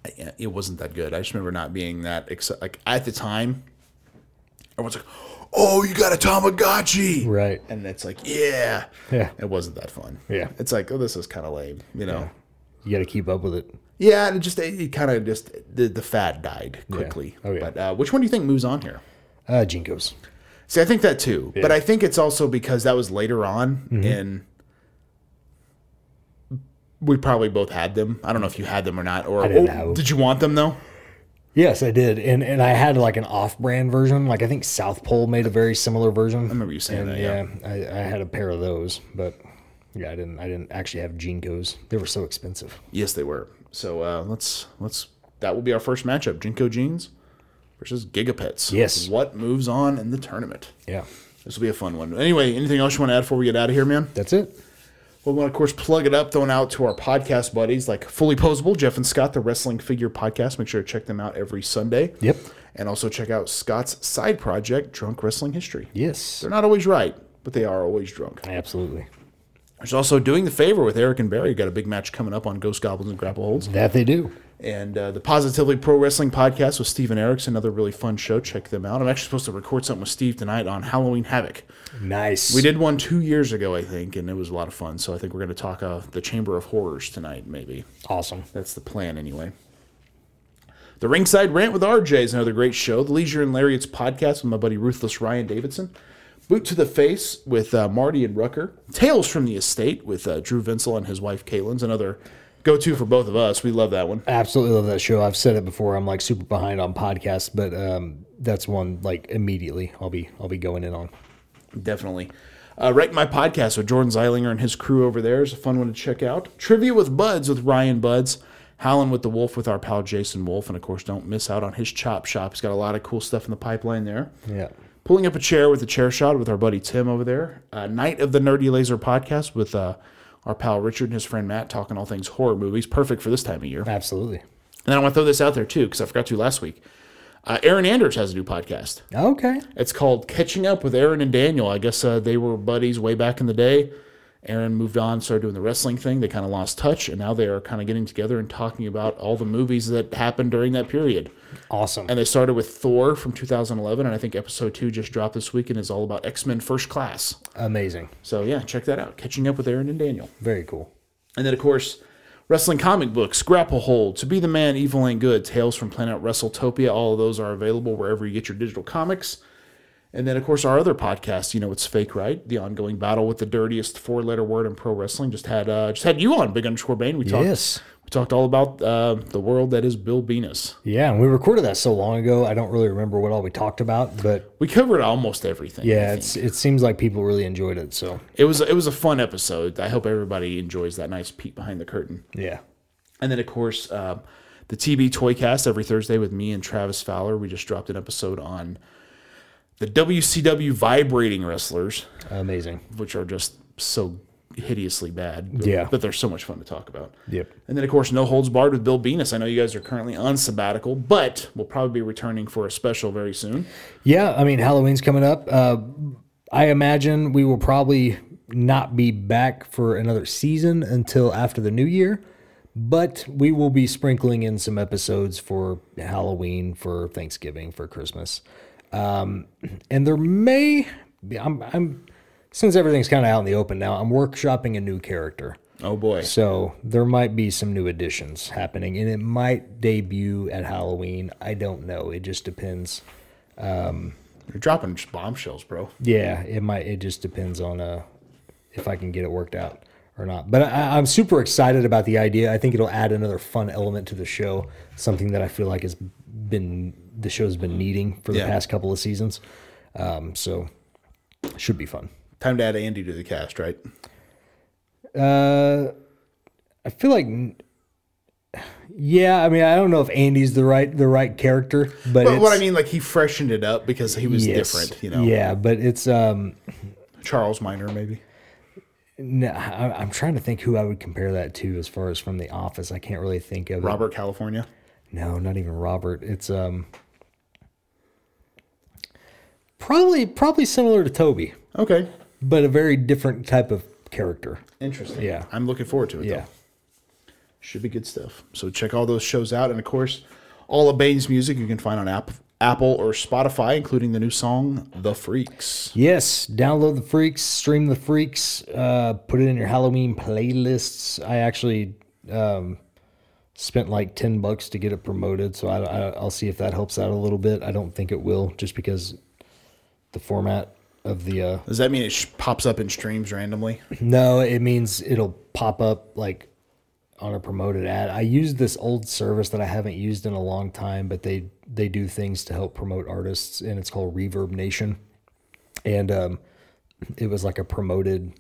Speaker 2: I- it wasn't that good. I just remember not being that exci- like at the time. Everyone's like, "Oh, you got a Tamagotchi!"
Speaker 3: Right.
Speaker 2: and it's like, "Yeah,
Speaker 3: Yeah.
Speaker 2: It wasn't that fun.
Speaker 3: Yeah.
Speaker 2: it's like, "Oh, this is kind of lame," you know.
Speaker 3: You got to keep up with it.
Speaker 2: Yeah, and it just it, kind of just the the fad died quickly.
Speaker 3: Oh, yeah.
Speaker 2: But uh, which one do you think moves on here?
Speaker 3: Uh, Jinkos.
Speaker 2: See, I think that too, but I think it's also because that was later on,
Speaker 3: Mm-hmm.
Speaker 2: and we probably both had them. I don't know if you had them or not, or
Speaker 3: didn't
Speaker 2: oh,
Speaker 3: have 'em.
Speaker 2: did you want them though?
Speaker 3: Yes, I did, and and I had like an off-brand version. Like I think South Pole made a very similar version. I
Speaker 2: remember you
Speaker 3: Um,
Speaker 2: saying that, yeah.
Speaker 3: I, I had a pair of those, but yeah, I didn't. I didn't actually have Jinkos. They were so expensive.
Speaker 2: Yes, they were. So uh, let's let's that will be our first matchup: Jinko Jeans versus Gigapets.
Speaker 3: Yes.
Speaker 2: what moves on in the tournament?
Speaker 3: Yeah,
Speaker 2: This will be a fun one. Anyway, anything else you want to add before we get out of here, man?
Speaker 3: that's it.
Speaker 2: We want to, of course, plug it up, throwing out to our podcast buddies like Fully Posable, Jeff and Scott, the Wrestling Figure Podcast. Make sure to check them out every Sunday.
Speaker 3: Yep.
Speaker 2: And also check out Scott's side project, Drunk Wrestling History.
Speaker 3: Yes,
Speaker 2: They're not always right, but they are always drunk.
Speaker 3: absolutely.
Speaker 2: There's also Doing the Favor with Eric and Barry. We've got a big match coming up on Ghost Goblins and Grapple Holds.
Speaker 3: That they do.
Speaker 2: And uh, the Positively Pro Wrestling Podcast with Steve and Eric's another really fun show. Check them out. I'm actually supposed to record something with Steve tonight on Halloween Havoc.
Speaker 3: Nice.
Speaker 2: We did one two years ago, I think, and it was a lot of fun. So I think we're going to talk uh, the Chamber of Horrors tonight, maybe.
Speaker 3: awesome.
Speaker 2: That's the plan, anyway. The Ringside Rant with RJ is another great show. The Leisure and Lariats podcast with my buddy Ruthless Ryan Davidson. Boot to the Face with uh, Marty and Rucker. Tales from the Estate with uh, Drew Vinsel and his wife Caitlin's another go to for both of us. We love that one.
Speaker 3: Absolutely love that show. I've said it before. I'm like super behind on podcasts, but um, that's one like immediately. I'll be I'll be going in on.
Speaker 2: Definitely. Uh, Wreck My Podcast with Jordan Zeilinger and his crew over there is a fun one to check out. Trivia with Buds with Ryan Buds. Howlin' with the Wolf with our pal Jason Wolf. And of course, don't miss out on his Chop Shop. He's got a lot of cool stuff in the pipeline there.
Speaker 3: Yeah.
Speaker 2: Pulling up a chair with a chair shot with our buddy Tim over there. Uh, Night of the Nerdy Laser Podcast with uh, our pal Richard and his friend Matt talking all things horror movies. Perfect for this time of year.
Speaker 3: Absolutely.
Speaker 2: And I want to throw this out there too because I forgot to last week. Uh, Aaron Anders has a new podcast.
Speaker 3: Okay.
Speaker 2: It's called Catching Up with Aaron and Daniel. I guess uh, they were buddies way back in the day. Aaron moved on, started doing the wrestling thing. They kind of lost touch, and now they are kind of getting together and talking about all the movies that happened during that period.
Speaker 3: Awesome.
Speaker 2: And they started with Thor from 2011, and I think episode two just dropped this week and is all about X Men First Class.
Speaker 3: Amazing.
Speaker 2: So, yeah, check that out Catching Up with Aaron and Daniel.
Speaker 3: Very cool.
Speaker 2: And then, of course, wrestling comic books, Grapple Hold, To Be the Man, Evil and Good, Tales from Planet WrestleTopia. All of those are available wherever you get your digital comics. And then, of course, our other podcast, you know, it's fake, right? The ongoing battle with the dirtiest four-letter word in pro wrestling. Just had uh, just had you on, Big Underscore Bane. We talked.
Speaker 3: Yes.
Speaker 2: We talked all about uh, the world that is Bill Venus.
Speaker 3: Yeah, and we recorded that so long ago. I don't really remember what all we talked about, but
Speaker 2: We covered almost everything. I
Speaker 3: yeah,
Speaker 2: think.
Speaker 3: it's it seems like people really enjoyed it. So
Speaker 2: it was it was a fun episode. I hope everybody enjoys that nice peek behind the curtain.
Speaker 3: yeah,
Speaker 2: And then, of course, uh, the TB Toycast every Thursday with me and Travis Fowler. We just dropped an episode on the WCW vibrating wrestlers,
Speaker 3: amazing.
Speaker 2: which are just so hideously bad.
Speaker 3: Yeah.
Speaker 2: But they're so much fun to talk about.
Speaker 3: Yep.
Speaker 2: And then, of course, No Holds Barred with Bill Venus. I know you guys are currently on sabbatical, but we'll probably be returning for a special very soon.
Speaker 3: Yeah, I mean Halloween's coming up. Uh, I imagine we will probably not be back for another season until after the new year, but we will be sprinkling in some episodes for Halloween, for Thanksgiving, for Christmas, um, and there may. Be, I'm, I'm since everything's kind of out in the open now. I'm workshopping a new character.
Speaker 2: Oh, boy.
Speaker 3: So there might be some new additions happening, and it might debut at Halloween. I don't know. It just depends.
Speaker 2: You're dropping just bombshells, bro.
Speaker 3: Yeah, it might. It just depends on uh, if I can get it worked out or not. But I, I'm super excited about the idea. I think it'll add another fun element to the show. Something that I feel like has been the show's been needing for the
Speaker 2: Yeah.
Speaker 3: past couple of seasons. Um, so should be fun.
Speaker 2: Time to add Andy to the cast, right?
Speaker 3: Uh, I feel like, yeah. I mean, I don't know if Andy's the right the right character, but,
Speaker 2: But what I
Speaker 3: it's-
Speaker 2: mean, like he freshened it up because he was
Speaker 3: yes.
Speaker 2: different, you know?
Speaker 3: Yeah, but it's um.
Speaker 2: Charles Minor, maybe.
Speaker 3: No, I, I'm trying to think who I would compare that to as far as from The Office. I can't really think of it.
Speaker 2: Robert California.
Speaker 3: No, not even Robert. It's um. Probably, probably similar to Toby,
Speaker 2: Okay.
Speaker 3: but a very different type of character.
Speaker 2: Interesting.
Speaker 3: Yeah.
Speaker 2: I'm looking forward to it.
Speaker 3: Yeah,
Speaker 2: Should be good stuff. So check all those shows out, and of course, all of Bane's music you can find on App, Apple or Spotify, including the new song "The Freaks."
Speaker 3: Yes, download the freaks, stream the freaks, uh, put it in your Halloween playlists. I actually um, spent like ten bucks to get it promoted, so I, I, I'll see if that helps out a little bit. I don't think it will, just because the format of the uh,
Speaker 2: Does that mean it sh- pops up in streams randomly?
Speaker 3: no, it means it'll pop up like on a promoted ad. I use this old service that I haven't used in a long time, but they they do things to help promote artists, and it's called Reverb Nation. And um, it was like a promoted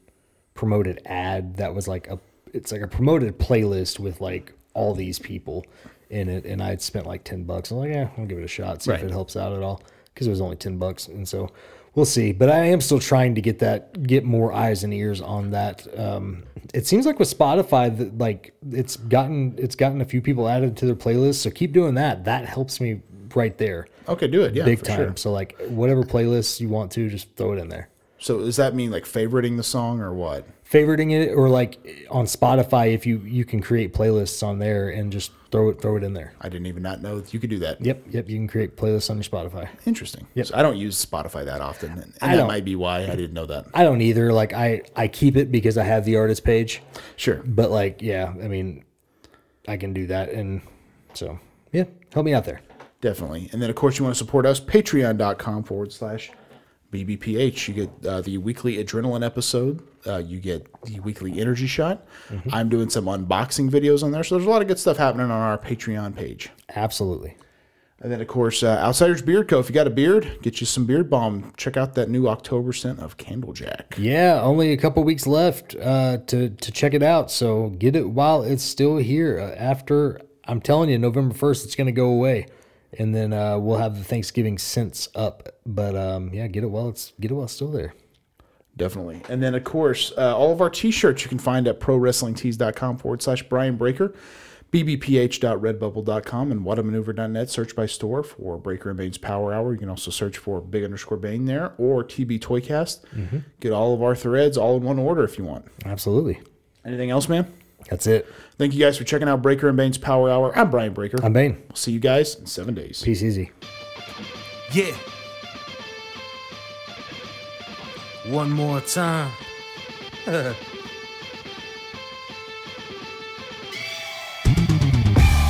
Speaker 3: promoted ad that was like a it's like a promoted playlist with like all these people in it, and I had spent like ten bucks. I'm like, yeah, I'll give it a shot, see if
Speaker 2: Right.
Speaker 3: it helps out at all, because it was only ten bucks, and so. We'll see, but I am still trying to get that, get more eyes and ears on that. Um, it seems like with Spotify, that like it's gotten, it's gotten a few people added to their playlist. So keep doing that. That helps me right there,
Speaker 2: Okay, do it. Yeah,
Speaker 3: big
Speaker 2: for
Speaker 3: time.
Speaker 2: sure.
Speaker 3: So like whatever playlists you want to, just throw it in there.
Speaker 2: So does that mean like favoriting the song or what?
Speaker 3: Favoriting it or like on Spotify, if you you can create playlists on there and just throw it throw it in there.
Speaker 2: I didn't even not know you could do that.
Speaker 3: Yep, yep. You can create playlists on your Spotify.
Speaker 2: Interesting. So I don't use Spotify that often, and, and
Speaker 3: I
Speaker 2: that
Speaker 3: don't.
Speaker 2: might be why I didn't know that.
Speaker 3: I don't either. Like I I keep it because I have the artist page.
Speaker 2: Sure.
Speaker 3: But like, yeah, I mean, I can do that, and so yeah, help me out there.
Speaker 2: Definitely. And then, of course, you want to support us, patreon.com forward slash BBPH. You get uh, the weekly adrenaline episode. Uh, you get the weekly energy shot. I'm doing some unboxing videos on there. So there's a lot of good stuff happening on our Patreon page.
Speaker 3: Absolutely.
Speaker 2: And then, of course, uh, Outsiders Beard Co. If you got a beard, get you some Beard Bomb. Check out that new October scent of Candlejack.
Speaker 3: Yeah, only a couple weeks left uh, to to check it out. So get it while it's still here. Uh, after I'm telling you, November first, it's gonna go away, and then uh, we'll have the Thanksgiving scents up. But um, yeah, get it while it's get it while it's still there.
Speaker 2: Definitely. And then, of course, uh, all of our t shirts you can find at prowrestlingtees.com forward slash Brian Breaker, bbph.redbubble.com, and whatamaneuver.net. Search by store for Breaker and Bane's Power Hour. You can also search for Big underscore Bane there or TB Toycast.
Speaker 3: Mm-hmm.
Speaker 2: Get all of our threads all in one order if you want.
Speaker 3: Absolutely.
Speaker 2: Anything else, man?
Speaker 3: That's it.
Speaker 2: Thank you guys for checking out Breaker and Bane's Power Hour. I'm Brian Breaker.
Speaker 3: I'm Bane.
Speaker 2: we'll see you guys in seven days.
Speaker 3: Peace easy.
Speaker 6: Yeah. One more time.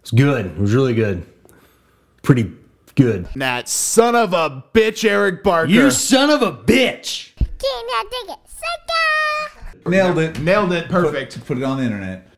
Speaker 1: It's good. It was really good. Pretty good.
Speaker 2: That son of a bitch, Eric Barker.
Speaker 1: son of a bitch!
Speaker 7: King, I dig it. Sucker!
Speaker 8: Nailed it.
Speaker 9: Nailed it. Perfect.
Speaker 8: Put it on the internet.